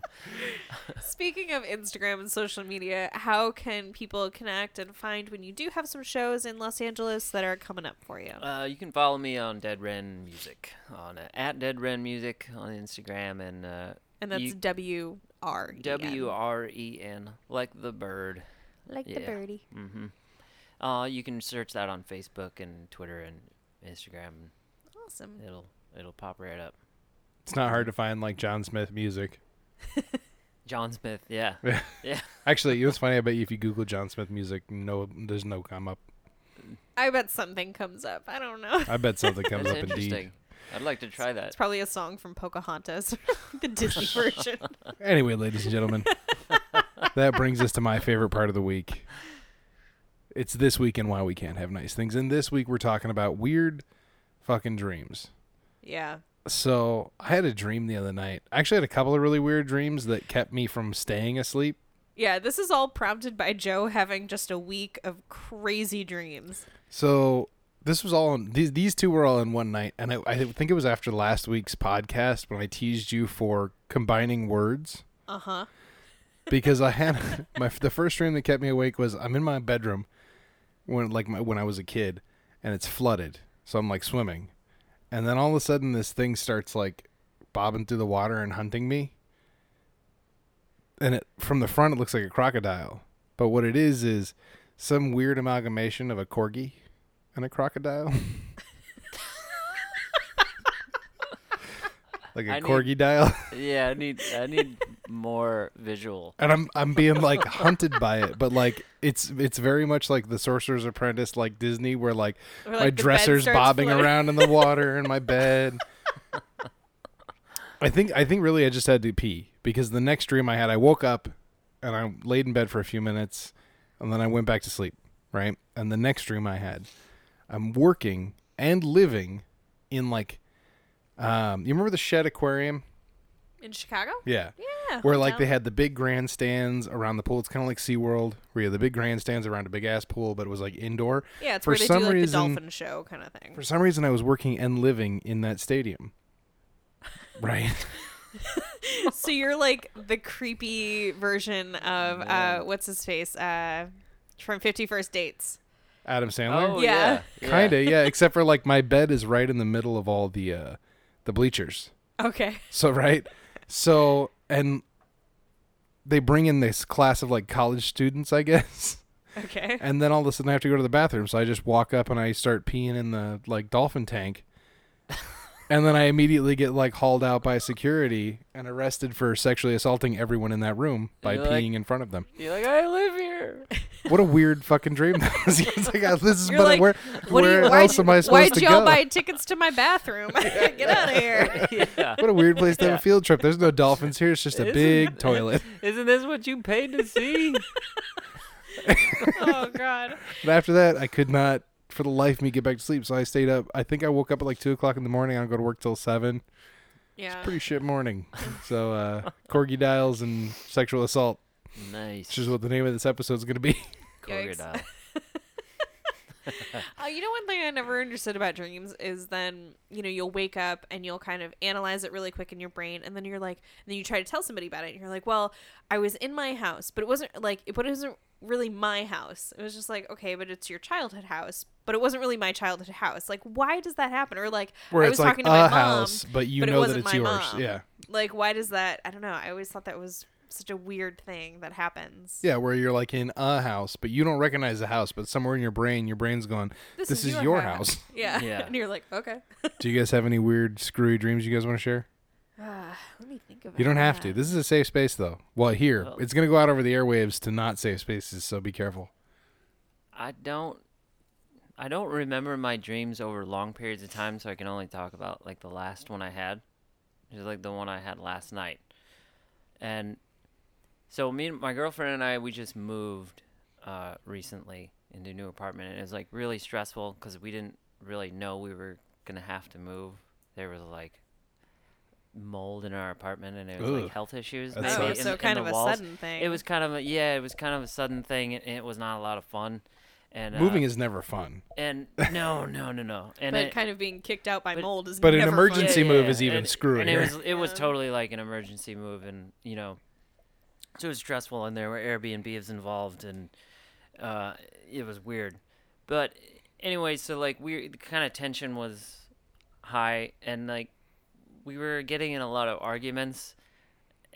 [SPEAKER 2] Speaking of Instagram and social media, how can people connect and find when you do have some shows in Los Angeles that are coming up for you?
[SPEAKER 3] Uh, you can follow me on Dead Ren Music on uh, at Dead Ren Music on Instagram and uh,
[SPEAKER 2] and that's
[SPEAKER 3] you-
[SPEAKER 2] W R
[SPEAKER 3] W R E N like the bird.
[SPEAKER 2] like
[SPEAKER 3] the
[SPEAKER 2] the
[SPEAKER 3] yeah.
[SPEAKER 2] birdie.
[SPEAKER 3] hmm Uh, you can search that on Facebook and Twitter and Instagram.
[SPEAKER 2] Awesome.
[SPEAKER 3] It'll it'll pop right up.
[SPEAKER 1] It's not hard to find like John Smith music.
[SPEAKER 3] John Smith,
[SPEAKER 1] [laughs]
[SPEAKER 3] yeah, yeah.
[SPEAKER 1] Actually, it was funny. I bet you if you Google John Smith music, no, there's no come up.
[SPEAKER 2] I bet something comes up. I don't know.
[SPEAKER 1] I bet something comes
[SPEAKER 3] That's
[SPEAKER 1] up
[SPEAKER 3] interesting.
[SPEAKER 1] indeed.
[SPEAKER 3] I'd like to try that.
[SPEAKER 2] It's probably a song from Pocahontas, [laughs] the Disney version.
[SPEAKER 1] Anyway, ladies and gentlemen, that brings us to my favorite part of the week. It's this week and why we can't have nice things. And this week we're talking about weird fucking dreams.
[SPEAKER 2] Yeah.
[SPEAKER 1] So I had a dream the other night. I actually had a couple of really weird dreams that kept me from staying asleep.
[SPEAKER 2] Yeah, this is all prompted by Joe having just a week of crazy dreams.
[SPEAKER 1] So this was all in, these these two were all in one night, and I, I think it was after last week's podcast when I teased you for combining words
[SPEAKER 2] Uh huh.
[SPEAKER 1] because I had [laughs] my the first dream that kept me awake was I'm in my bedroom when like my, when I was a kid, and it's flooded, so I'm like swimming, and then all of a sudden this thing starts like bobbing through the water and hunting me, and it from the front it looks like a crocodile, but what it is is some weird amalgamation of a corgi and a crocodile. [laughs]
[SPEAKER 3] [laughs]
[SPEAKER 1] Like a
[SPEAKER 3] I need-
[SPEAKER 1] corgi dial. [laughs]
[SPEAKER 3] Yeah, I need I need more visual.
[SPEAKER 1] and I'm I'm being like hunted by it, but like it's it's very much like the Sorcerer's Apprentice, like Disney, where like
[SPEAKER 2] [laughs] Where,
[SPEAKER 1] my
[SPEAKER 2] like, the bed
[SPEAKER 1] dresser's
[SPEAKER 2] starts
[SPEAKER 1] bobbing
[SPEAKER 2] floating.
[SPEAKER 1] around in the water
[SPEAKER 2] [laughs]
[SPEAKER 1] in my bed. I think I think really I just had to pee because the next dream I had, I woke up and I laid in bed for a few minutes, and then I went back to sleep. Right, and the next dream I had, I'm working and living in like, um, you remember the Shed Aquarium?
[SPEAKER 2] In Chicago?
[SPEAKER 1] Yeah.
[SPEAKER 2] Yeah,
[SPEAKER 1] Where like they
[SPEAKER 2] hometown.
[SPEAKER 1] had the big grandstands around the pool. It's kind of like SeaWorld, where you have the big grandstands around a big ass pool, but it was like indoor.
[SPEAKER 2] Yeah, it's
[SPEAKER 1] for
[SPEAKER 2] where they do
[SPEAKER 1] some
[SPEAKER 2] like
[SPEAKER 1] reason,
[SPEAKER 2] the dolphin show kind of thing. [laughs]
[SPEAKER 1] For some reason, I was working and living in that stadium. Right. [laughs]
[SPEAKER 2] so you're like the creepy version
[SPEAKER 1] Oh,
[SPEAKER 2] of uh what's his face? Uh from Fifty First Dates.
[SPEAKER 1] Adam Sandler.
[SPEAKER 3] Oh yeah,
[SPEAKER 2] Yeah.
[SPEAKER 3] yeah.
[SPEAKER 1] Kinda, yeah. Except for like my bed is right in the middle of all the uh the bleachers.
[SPEAKER 2] Okay.
[SPEAKER 1] So [laughs] right. So and they bring in this class of like college students, I guess.
[SPEAKER 2] [laughs] Okay.
[SPEAKER 1] And then all of a sudden I have to go to the bathroom, so I just walk up and I start peeing in the like dolphin
[SPEAKER 2] [laughs]
[SPEAKER 1] tank. and then I immediately get like hauled out by security and arrested for sexually assaulting everyone in that room by
[SPEAKER 3] You're
[SPEAKER 1] peeing
[SPEAKER 3] like-
[SPEAKER 1] in front of them.
[SPEAKER 3] You're like I live here. [laughs]
[SPEAKER 1] What a weird fucking dream that was. [laughs] It's like, uh, this is
[SPEAKER 2] You're
[SPEAKER 1] but
[SPEAKER 2] like,
[SPEAKER 1] where
[SPEAKER 2] What do
[SPEAKER 1] where
[SPEAKER 2] you,
[SPEAKER 1] else
[SPEAKER 2] why'd,
[SPEAKER 1] am I supposed
[SPEAKER 2] why'd
[SPEAKER 1] to
[SPEAKER 2] y'all
[SPEAKER 1] go?
[SPEAKER 2] buy tickets to my bathroom? [laughs] Get out of here.
[SPEAKER 1] [laughs]
[SPEAKER 3] yeah.
[SPEAKER 1] [laughs] what a weird place to have a field trip. There's no dolphins here. It's just a
[SPEAKER 3] Isn't-
[SPEAKER 1] big toilet.
[SPEAKER 3] Isn't this what you paid to see?
[SPEAKER 2] Oh god.
[SPEAKER 1] And after that, I could not, for the life of me, get back to sleep. So I stayed up. I think I woke up at like two o'clock in the morning. I don't go to work till seven.
[SPEAKER 2] Yeah.
[SPEAKER 1] pretty shit morning. So uh corgi dials and sexual assault,
[SPEAKER 3] nice.
[SPEAKER 1] which is what the name of this episode is going to be. [laughs]
[SPEAKER 2] Yikes.
[SPEAKER 3] Crocodile.
[SPEAKER 2] Oh, you know one thing I never understood about dreams is then, you know, you'll wake up and you'll kind of analyze it really quick in your brain and then you're like and then you try to tell somebody about it and you're like, Well, I was in my house, but it wasn't like it wasn't really my house. It was just like, okay, but it's your childhood house, but it wasn't really my childhood house. Like, why does that happen? Or like
[SPEAKER 1] Where
[SPEAKER 2] I
[SPEAKER 1] it's
[SPEAKER 2] was
[SPEAKER 1] like
[SPEAKER 2] talking to my
[SPEAKER 1] a
[SPEAKER 2] mom,
[SPEAKER 1] house, but you
[SPEAKER 2] but it
[SPEAKER 1] know that
[SPEAKER 2] wasn't
[SPEAKER 1] it's
[SPEAKER 2] my
[SPEAKER 1] yours.
[SPEAKER 2] mom.
[SPEAKER 1] Yeah.
[SPEAKER 2] Like, why does that I don't know, I always thought that was such a weird thing that happens.
[SPEAKER 1] Yeah, where you're like in a house, but you don't recognize the house, but somewhere in your brain, your brain's going, this, is, your, house.
[SPEAKER 2] [laughs] Yeah.
[SPEAKER 3] Yeah.
[SPEAKER 2] and you're like, okay.
[SPEAKER 1] Do you guys have any weird, screwy dreams you guys want to share?
[SPEAKER 2] Ah, let me think about
[SPEAKER 1] You don't have
[SPEAKER 2] that.
[SPEAKER 1] to. This is a safe space, though. Well, here. It's going to go out over the airwaves to not safe spaces, so be careful.
[SPEAKER 3] I don't I don't remember my dreams over long periods of time, so I can only talk about like the last one I had. Which is like the one I had last night. And so me and my girlfriend and I we just moved uh recently into a new apartment and it was like really stressful cuz we didn't really know we were going to have to move. There was like mold in our apartment and it was
[SPEAKER 1] Ugh.
[SPEAKER 3] like health issues
[SPEAKER 1] That
[SPEAKER 3] maybe
[SPEAKER 1] sucks.
[SPEAKER 2] Oh,
[SPEAKER 3] in,
[SPEAKER 2] so
[SPEAKER 3] in
[SPEAKER 2] kind
[SPEAKER 3] the
[SPEAKER 2] of a
[SPEAKER 3] walls.
[SPEAKER 2] sudden thing.
[SPEAKER 3] It was kind of a yeah, it was kind of a sudden thing, and it was not a lot of fun. And uh,
[SPEAKER 1] Moving is never fun, [laughs]
[SPEAKER 3] and no, no, no, no. And
[SPEAKER 2] but
[SPEAKER 3] it-
[SPEAKER 2] kind of being kicked out by
[SPEAKER 3] but-
[SPEAKER 2] mold is
[SPEAKER 1] but an
[SPEAKER 2] never fun.
[SPEAKER 1] emergency
[SPEAKER 3] yeah,
[SPEAKER 1] move
[SPEAKER 3] yeah,
[SPEAKER 1] is even
[SPEAKER 3] and, And it
[SPEAKER 1] screwier.
[SPEAKER 3] was it was
[SPEAKER 2] Yeah.
[SPEAKER 3] totally like an emergency move, and you know, so it was stressful, and there were Airbnb is involved, and uh, it was weird. But anyway, so like we the kind of tension was high, and like we were getting in a lot of arguments.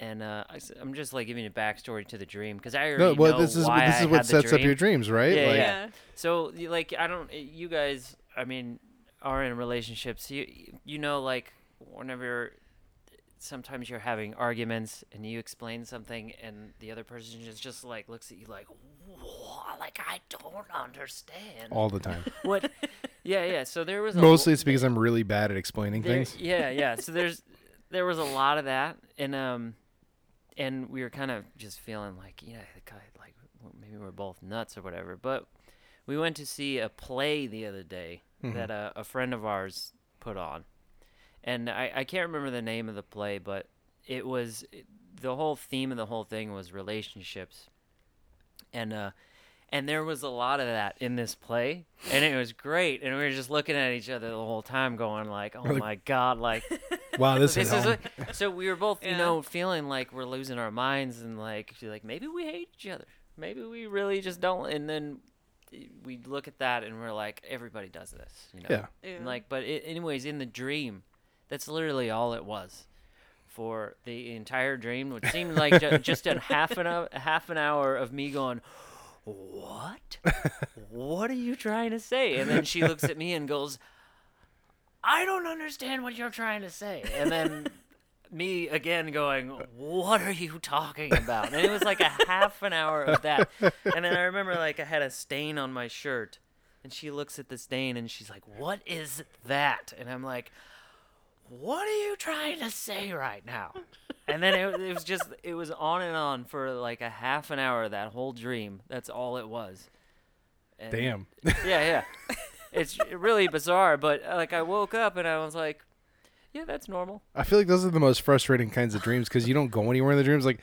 [SPEAKER 3] And uh, I, am just like giving a backstory to the dream because I already
[SPEAKER 1] no, well,
[SPEAKER 3] know
[SPEAKER 1] this is
[SPEAKER 3] why
[SPEAKER 1] this
[SPEAKER 3] I
[SPEAKER 1] is
[SPEAKER 3] had
[SPEAKER 1] what
[SPEAKER 3] the
[SPEAKER 1] sets up
[SPEAKER 3] dream.
[SPEAKER 1] your dreams, [laughs] right?
[SPEAKER 3] Yeah,
[SPEAKER 1] like,
[SPEAKER 3] yeah.
[SPEAKER 2] Yeah.
[SPEAKER 3] So y- like I don't you guys I mean are in relationships you you know like whenever sometimes you're having arguments and you explain something and the other person just just like looks at you like "Wha- like I don't understand
[SPEAKER 1] all the time.
[SPEAKER 3] what yeah yeah so there was a lo-
[SPEAKER 1] Mostly, it's because I'm really bad at explaining
[SPEAKER 3] there-
[SPEAKER 1] things.
[SPEAKER 3] Yeah, yeah. So there's [laughs] there was a lot of that, and um, and we were kind of just feeling like, yeah, God, like w- maybe we're both nuts or whatever. But we went to see a play the other day that uh, a, a friend of ours put on, and I I can't remember the name of the play, but it was the whole theme of the whole thing was relationships, and uh. And there was a lot of that in this play, and it was great. And we were just looking at each other the whole time, going like, "Oh my god!" Like
[SPEAKER 1] Wow, this,
[SPEAKER 3] [laughs] this
[SPEAKER 1] is.
[SPEAKER 3] is
[SPEAKER 1] Home.
[SPEAKER 3] what- so we were both, you
[SPEAKER 2] Yeah.
[SPEAKER 3] know, feeling like we're losing our minds and like she's like maybe we hate each other, maybe we really just don't. And then we look at that and we're like, everybody does this, you know.
[SPEAKER 1] Yeah.
[SPEAKER 2] Yeah.
[SPEAKER 3] And like, but it, anyways, in the dream, that's literally all it was for the entire dream, which seemed like ju- just a half an hour, half an hour of me going, "What? what are you trying to say?" And then she looks at me and goes, "I don't understand what you're trying to say." And then me again going, "What are you talking about?" And it was like a [laughs] half an hour of that. And then I remember like I had a stain on my shirt. And she looks at the stain and she's like, "What is that?" And I'm like, what are you trying to say right now? And then it, it was just, it was on and on for like a half an hour. That whole dream. That's all it was. And-
[SPEAKER 1] Damn. [laughs]
[SPEAKER 3] Yeah, yeah. It's really bizarre, but uh, like I woke up and I was like, yeah, that's normal.
[SPEAKER 1] I feel like those are the most frustrating kinds of dreams because you don't go anywhere in the dreams. Like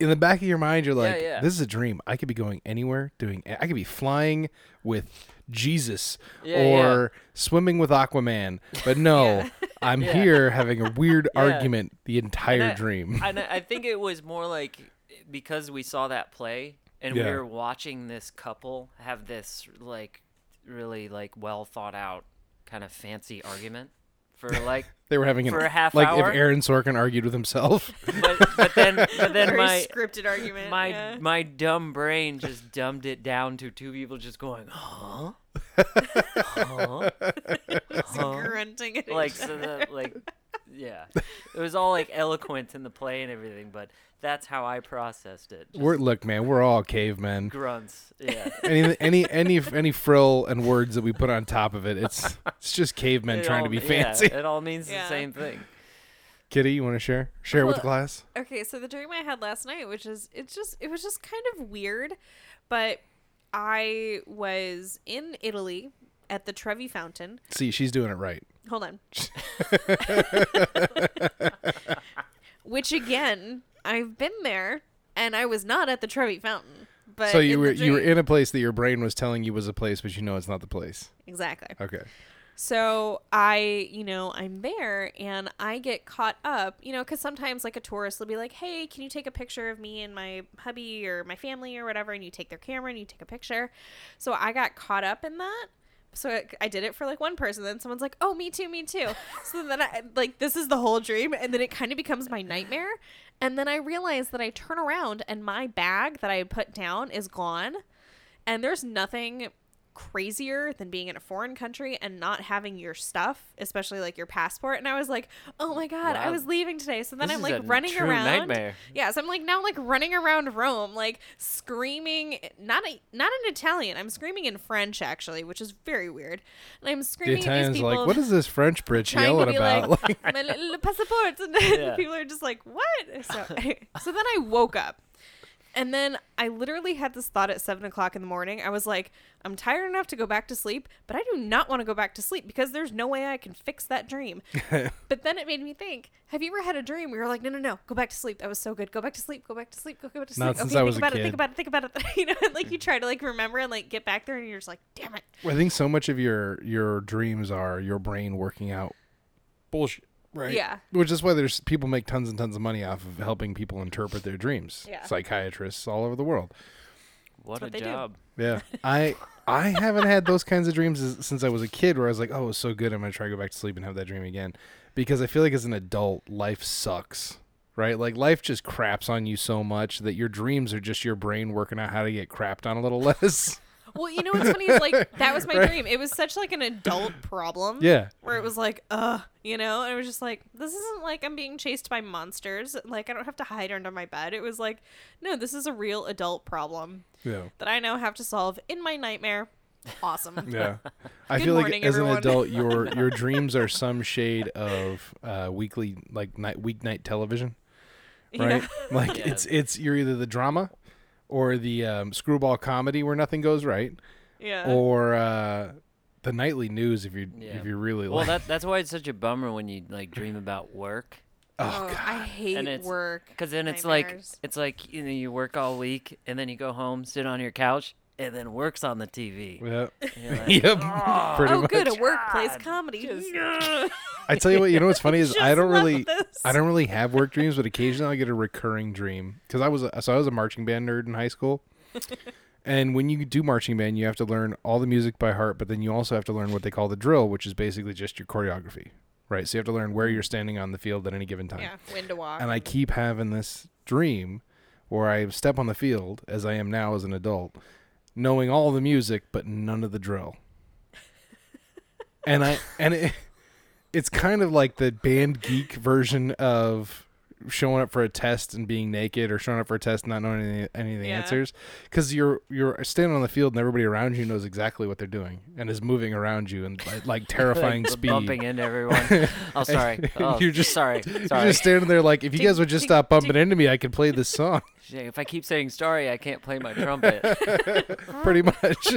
[SPEAKER 1] in the back of your mind, you're like,
[SPEAKER 3] yeah.
[SPEAKER 1] "This is a dream. I could be going anywhere, doing. I could be flying with Jesus
[SPEAKER 3] Yeah, yeah.
[SPEAKER 1] or swimming with Aquaman." But
[SPEAKER 3] [laughs]
[SPEAKER 1] no, [laughs] I'm here having a weird argument the entire
[SPEAKER 3] And I-
[SPEAKER 1] dream.
[SPEAKER 3] and I I think it was more like because we saw that play and
[SPEAKER 1] Yeah.
[SPEAKER 3] we were watching this couple have this like really like well thought out kind of fancy argument for like
[SPEAKER 1] they were having an,
[SPEAKER 3] for a half
[SPEAKER 1] like
[SPEAKER 3] hour?
[SPEAKER 1] if Aaron Sorkin argued with himself. [laughs]
[SPEAKER 3] but, but then
[SPEAKER 2] [laughs] [laughs]
[SPEAKER 3] but then
[SPEAKER 2] Very
[SPEAKER 3] my
[SPEAKER 2] scripted argument.
[SPEAKER 3] my
[SPEAKER 2] yeah. [laughs]
[SPEAKER 3] my dumb brain just dumbed it down to two people just going
[SPEAKER 2] [laughs]
[SPEAKER 3] huh huh
[SPEAKER 2] grunting at
[SPEAKER 3] uh-huh. like
[SPEAKER 2] [laughs] each
[SPEAKER 3] so that like yeah it was all like eloquent in the play and everything but that's how i processed it just
[SPEAKER 1] we're look, man. We're all cavemen.
[SPEAKER 3] grunts yeah
[SPEAKER 1] Any any any any frill and words that we put on top of it, it's it's just cavemen
[SPEAKER 3] It
[SPEAKER 1] trying
[SPEAKER 3] all-
[SPEAKER 1] to be
[SPEAKER 3] yeah,
[SPEAKER 1] fancy.
[SPEAKER 3] it all means
[SPEAKER 2] Yeah.
[SPEAKER 3] the same thing
[SPEAKER 1] Kitty, you want to share share with the
[SPEAKER 2] Well,
[SPEAKER 1] class?
[SPEAKER 2] Okay, so the dream I had last night, which is it's just it was just kind of weird, but I was in Italy at the Trevi Fountain.
[SPEAKER 1] See, she's doing it right. [laughs]
[SPEAKER 2] Hold on. which again, I've been there and I was not at the Trevi Fountain. But
[SPEAKER 1] so you
[SPEAKER 2] Uh, in
[SPEAKER 1] were
[SPEAKER 2] the
[SPEAKER 1] you were
[SPEAKER 2] dream-
[SPEAKER 1] in a place that your brain was telling you was a place, but you know it's not the place.
[SPEAKER 2] Exactly.
[SPEAKER 1] Okay.
[SPEAKER 2] So I, you know, I'm there and I get caught up, you know, because sometimes like a tourist will be like, hey, can you take a picture of me and my hubby or my family or whatever? And you take their camera and you take a picture. So I got caught up in that. So I- I did it for like one person. Then someone's like, oh, me too, me too. So then I, like, this is the whole dream. And then it kind of becomes my nightmare. And then I realize that I turn around and my bag that I had put down is gone. And there's nothing crazier than being in a foreign country and not having your stuff, especially like your passport. And I was like, oh my God, I
[SPEAKER 3] Wow.
[SPEAKER 2] was leaving today. So then
[SPEAKER 3] This
[SPEAKER 2] I'm
[SPEAKER 3] is
[SPEAKER 2] like
[SPEAKER 3] a
[SPEAKER 2] running
[SPEAKER 3] true
[SPEAKER 2] around.
[SPEAKER 3] nightmare.
[SPEAKER 2] Yeah, so I'm like now like running around Rome, like screaming not a, not in Italian. I'm screaming in French actually, which is very weird. And I'm
[SPEAKER 1] The
[SPEAKER 2] screaming at
[SPEAKER 1] Italians
[SPEAKER 2] these
[SPEAKER 1] are
[SPEAKER 2] people.
[SPEAKER 1] like, what is this French bridge
[SPEAKER 2] trying to
[SPEAKER 1] yelling
[SPEAKER 2] be
[SPEAKER 1] about?
[SPEAKER 2] like,
[SPEAKER 1] [laughs] Like,
[SPEAKER 2] "My [laughs] little passport. And the [laughs]
[SPEAKER 3] Yeah.
[SPEAKER 2] people are just like, what? So, so then I woke up And then I literally had this thought at seven o'clock in the morning. I was like, I'm tired enough to go back to sleep, but I do not want to go back to sleep because there's no way I can fix
[SPEAKER 1] [laughs]
[SPEAKER 2] that dream. but then it made me think, have you ever had a dream where you're like, no, no, no, go back to sleep. That was so good. Go back to sleep. Go back to sleep. Go, go back to sleep.
[SPEAKER 1] Not since I was a
[SPEAKER 2] think about it.
[SPEAKER 1] kid.
[SPEAKER 2] Think about it. Think about it. you know, and, like you try to like remember and like get back there, and you're just like, damn it.
[SPEAKER 1] I think so much of your your dreams are your brain working out bullshit, right?
[SPEAKER 2] Yeah.
[SPEAKER 1] Which is why there's people make tons and tons of money off of helping people interpret their dreams.
[SPEAKER 2] Yeah.
[SPEAKER 1] Psychiatrists all over the world.
[SPEAKER 3] What
[SPEAKER 2] what
[SPEAKER 3] a
[SPEAKER 2] they do. [laughs]
[SPEAKER 3] job.
[SPEAKER 1] Yeah. I I haven't had those kinds of dreams as- since I was a kid where I was like, "Oh, it was so good. I'm going to try to go back to sleep and have that dream again." Because I feel like as an adult, life sucks. Right? Like life just craps on you so much that your dreams are just your brain working out how to get crapped on a little [laughs] less.
[SPEAKER 2] Well, you know what's funny is like
[SPEAKER 1] [laughs]
[SPEAKER 2] that was my dream. It was such like an adult problem.
[SPEAKER 1] yeah.
[SPEAKER 2] Where it was like, ugh, you know, and it was just like, this isn't like I'm being chased by monsters. Like I don't have to hide under my bed. It was like, no, this is a real adult problem
[SPEAKER 1] Yeah.
[SPEAKER 2] that I now have to solve in my nightmare. Awesome.
[SPEAKER 1] [laughs] Yeah. I
[SPEAKER 2] Good
[SPEAKER 1] feel
[SPEAKER 2] morning,
[SPEAKER 1] like as
[SPEAKER 2] everyone.
[SPEAKER 1] an adult your your dreams are some shade of uh, weekly like night weeknight television. Right?
[SPEAKER 2] [laughs] [laughs] Yeah.
[SPEAKER 1] Like it's it's you're either the drama or the um, screwball comedy where nothing goes right
[SPEAKER 2] Yeah.
[SPEAKER 1] or uh, the nightly news if you
[SPEAKER 3] Yeah.
[SPEAKER 1] if you really
[SPEAKER 3] Well,
[SPEAKER 1] like
[SPEAKER 3] that that's why it's such a bummer when you like dream about work.
[SPEAKER 2] oh, I hate
[SPEAKER 3] And it's-
[SPEAKER 2] work.
[SPEAKER 3] Because then it's
[SPEAKER 2] Nightmares.
[SPEAKER 3] like it's like you know you work all week and then you go home, sit on your couch, and then works on the TV.
[SPEAKER 1] yeah.
[SPEAKER 3] You're like,
[SPEAKER 1] [laughs] yep. Pretty
[SPEAKER 2] oh,
[SPEAKER 1] much.
[SPEAKER 2] good, a workplace comedy. Yeah.
[SPEAKER 1] I tell you what, you know what's funny is I
[SPEAKER 2] Just
[SPEAKER 1] don't
[SPEAKER 2] love
[SPEAKER 1] really
[SPEAKER 2] this.
[SPEAKER 1] I don't really have work dreams, but occasionally I get a recurring dream because I was a, so I was a marching band nerd in high school. And when you do marching band, you have to learn all the music by heart, but then you also have to learn what they call the drill, which is basically just your choreography, right? So you have to learn where you're standing on the field at any given time.
[SPEAKER 2] yeah, when to walk.
[SPEAKER 1] And I keep having this dream where I step on the field as I am now as an adult, knowing all the music but none of the drill. and I and it, it's kind of like the band geek version of showing up for a test and being naked or showing up for a test and not knowing any, any of the
[SPEAKER 2] Yeah.
[SPEAKER 1] answers because you're you're standing on the field and everybody around you knows exactly what they're doing and is moving around you and like,
[SPEAKER 3] [laughs]
[SPEAKER 1] like terrifying
[SPEAKER 3] like,
[SPEAKER 1] speed
[SPEAKER 3] bumping
[SPEAKER 1] [laughs]
[SPEAKER 3] into everyone. Oh, sorry. Oh,
[SPEAKER 1] You're just-
[SPEAKER 3] sorry. Sorry.
[SPEAKER 1] you're just standing there like, if you guys would just stop bumping into me, I could play this song
[SPEAKER 3] She's like, if I keep saying sorry, I can't play my trumpet.
[SPEAKER 1] [laughs] pretty
[SPEAKER 2] Ah.
[SPEAKER 1] much.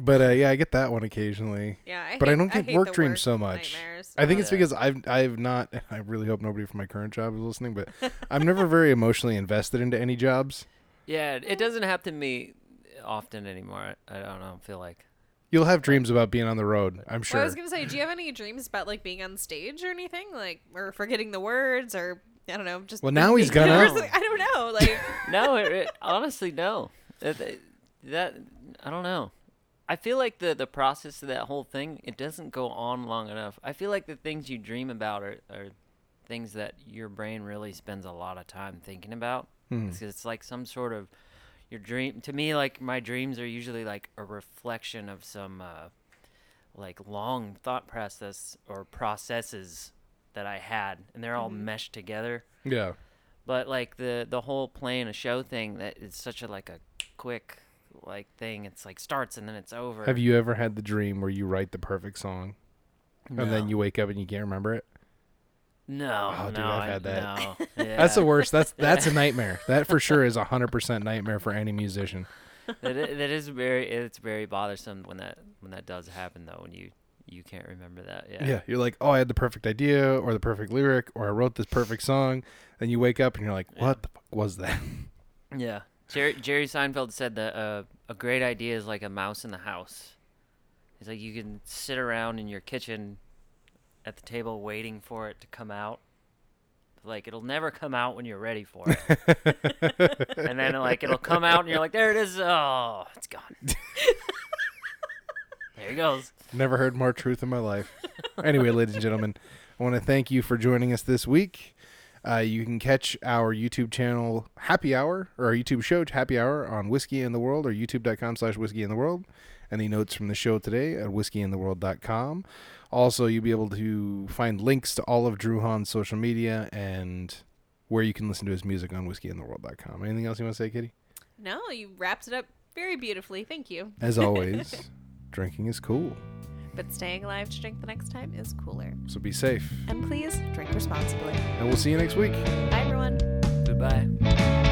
[SPEAKER 1] but uh, yeah, I get that one occasionally.
[SPEAKER 2] yeah,
[SPEAKER 1] but I
[SPEAKER 2] hate-
[SPEAKER 1] don't get
[SPEAKER 2] hate
[SPEAKER 1] work
[SPEAKER 2] the
[SPEAKER 1] dreams so much.
[SPEAKER 2] nightmares.
[SPEAKER 1] I think it's
[SPEAKER 3] Yeah.
[SPEAKER 1] because I've I've not. [laughs] I really hope nobody from my current job is listening, but I'm never very emotionally invested into any jobs.
[SPEAKER 3] yeah, it doesn't happen to me often anymore. I don't know. I feel like
[SPEAKER 1] You'll have dreams about being on the road, I'm sure.
[SPEAKER 2] Well, I was gonna say, do you have any dreams about like being on stage or anything, like or forgetting the words or I don't know, just
[SPEAKER 1] Well, now he's
[SPEAKER 2] [laughs] being-
[SPEAKER 1] gonna.
[SPEAKER 2] I don't know, like [laughs]
[SPEAKER 3] no. It, it- honestly, no. That, that- that I don't know. I feel like the the process of that whole thing it doesn't go on long enough. I feel like the things you dream about are, are things that your brain really spends a lot of time thinking about. It's, it's like some sort of your dream. To me, like my dreams are usually like a reflection of some uh, like long thought process or processes that I had, and they're all meshed together
[SPEAKER 1] yeah.
[SPEAKER 3] but like the the whole playing a show thing that is such a like a quick like thing it's like starts and then it's over
[SPEAKER 1] Have you ever had the dream where you write the perfect song and then
[SPEAKER 3] No.
[SPEAKER 1] you wake up and you can't remember it?
[SPEAKER 3] no
[SPEAKER 1] Oh,
[SPEAKER 3] no
[SPEAKER 1] dude, I've
[SPEAKER 3] I-
[SPEAKER 1] had [laughs] that.
[SPEAKER 3] no. yeah,
[SPEAKER 1] That's the worst.
[SPEAKER 2] [laughs]
[SPEAKER 1] That's that's a nightmare. That for sure is a hundred percent nightmare for any musician.
[SPEAKER 3] that, i- that is very it's very bothersome when that when that does happen though when you you can't remember that yeah
[SPEAKER 1] Yeah, you're like, oh, I had the perfect idea or the perfect lyric or I wrote this perfect song. Then you wake up and you're like, what the fuck was that?
[SPEAKER 3] yeah Jerry, Jerry Seinfeld said that uh, a great idea is like a mouse in the house it's like you can sit around in your kitchen at the table waiting for it to come out like it'll never come out when you're ready for it and then like it'll come out and you're like there it is oh it's gone there it goes
[SPEAKER 1] Never heard more truth in my life. Anyway, ladies and gentlemen, I want to thank you for joining us this week. Uh, you can catch our YouTube channel Happy Hour or our YouTube show Happy Hour on Whiskey in the World or youtube.com slash whiskey in the world. Any notes from the show today at whiskeyintheworld.com. Also, you'll be able to find links to all of Drew Hahn's social media and where you can listen to his music on whiskeyintheworld.com. Anything else you want to say, Kitty?
[SPEAKER 2] no, you wrapped it up very beautifully. Thank you.
[SPEAKER 1] As always, drinking is cool,
[SPEAKER 2] But staying alive to drink the next time is cooler.
[SPEAKER 1] so be safe.
[SPEAKER 2] And please drink responsibly.
[SPEAKER 1] And we'll see you next week.
[SPEAKER 2] Bye, everyone.
[SPEAKER 3] goodbye.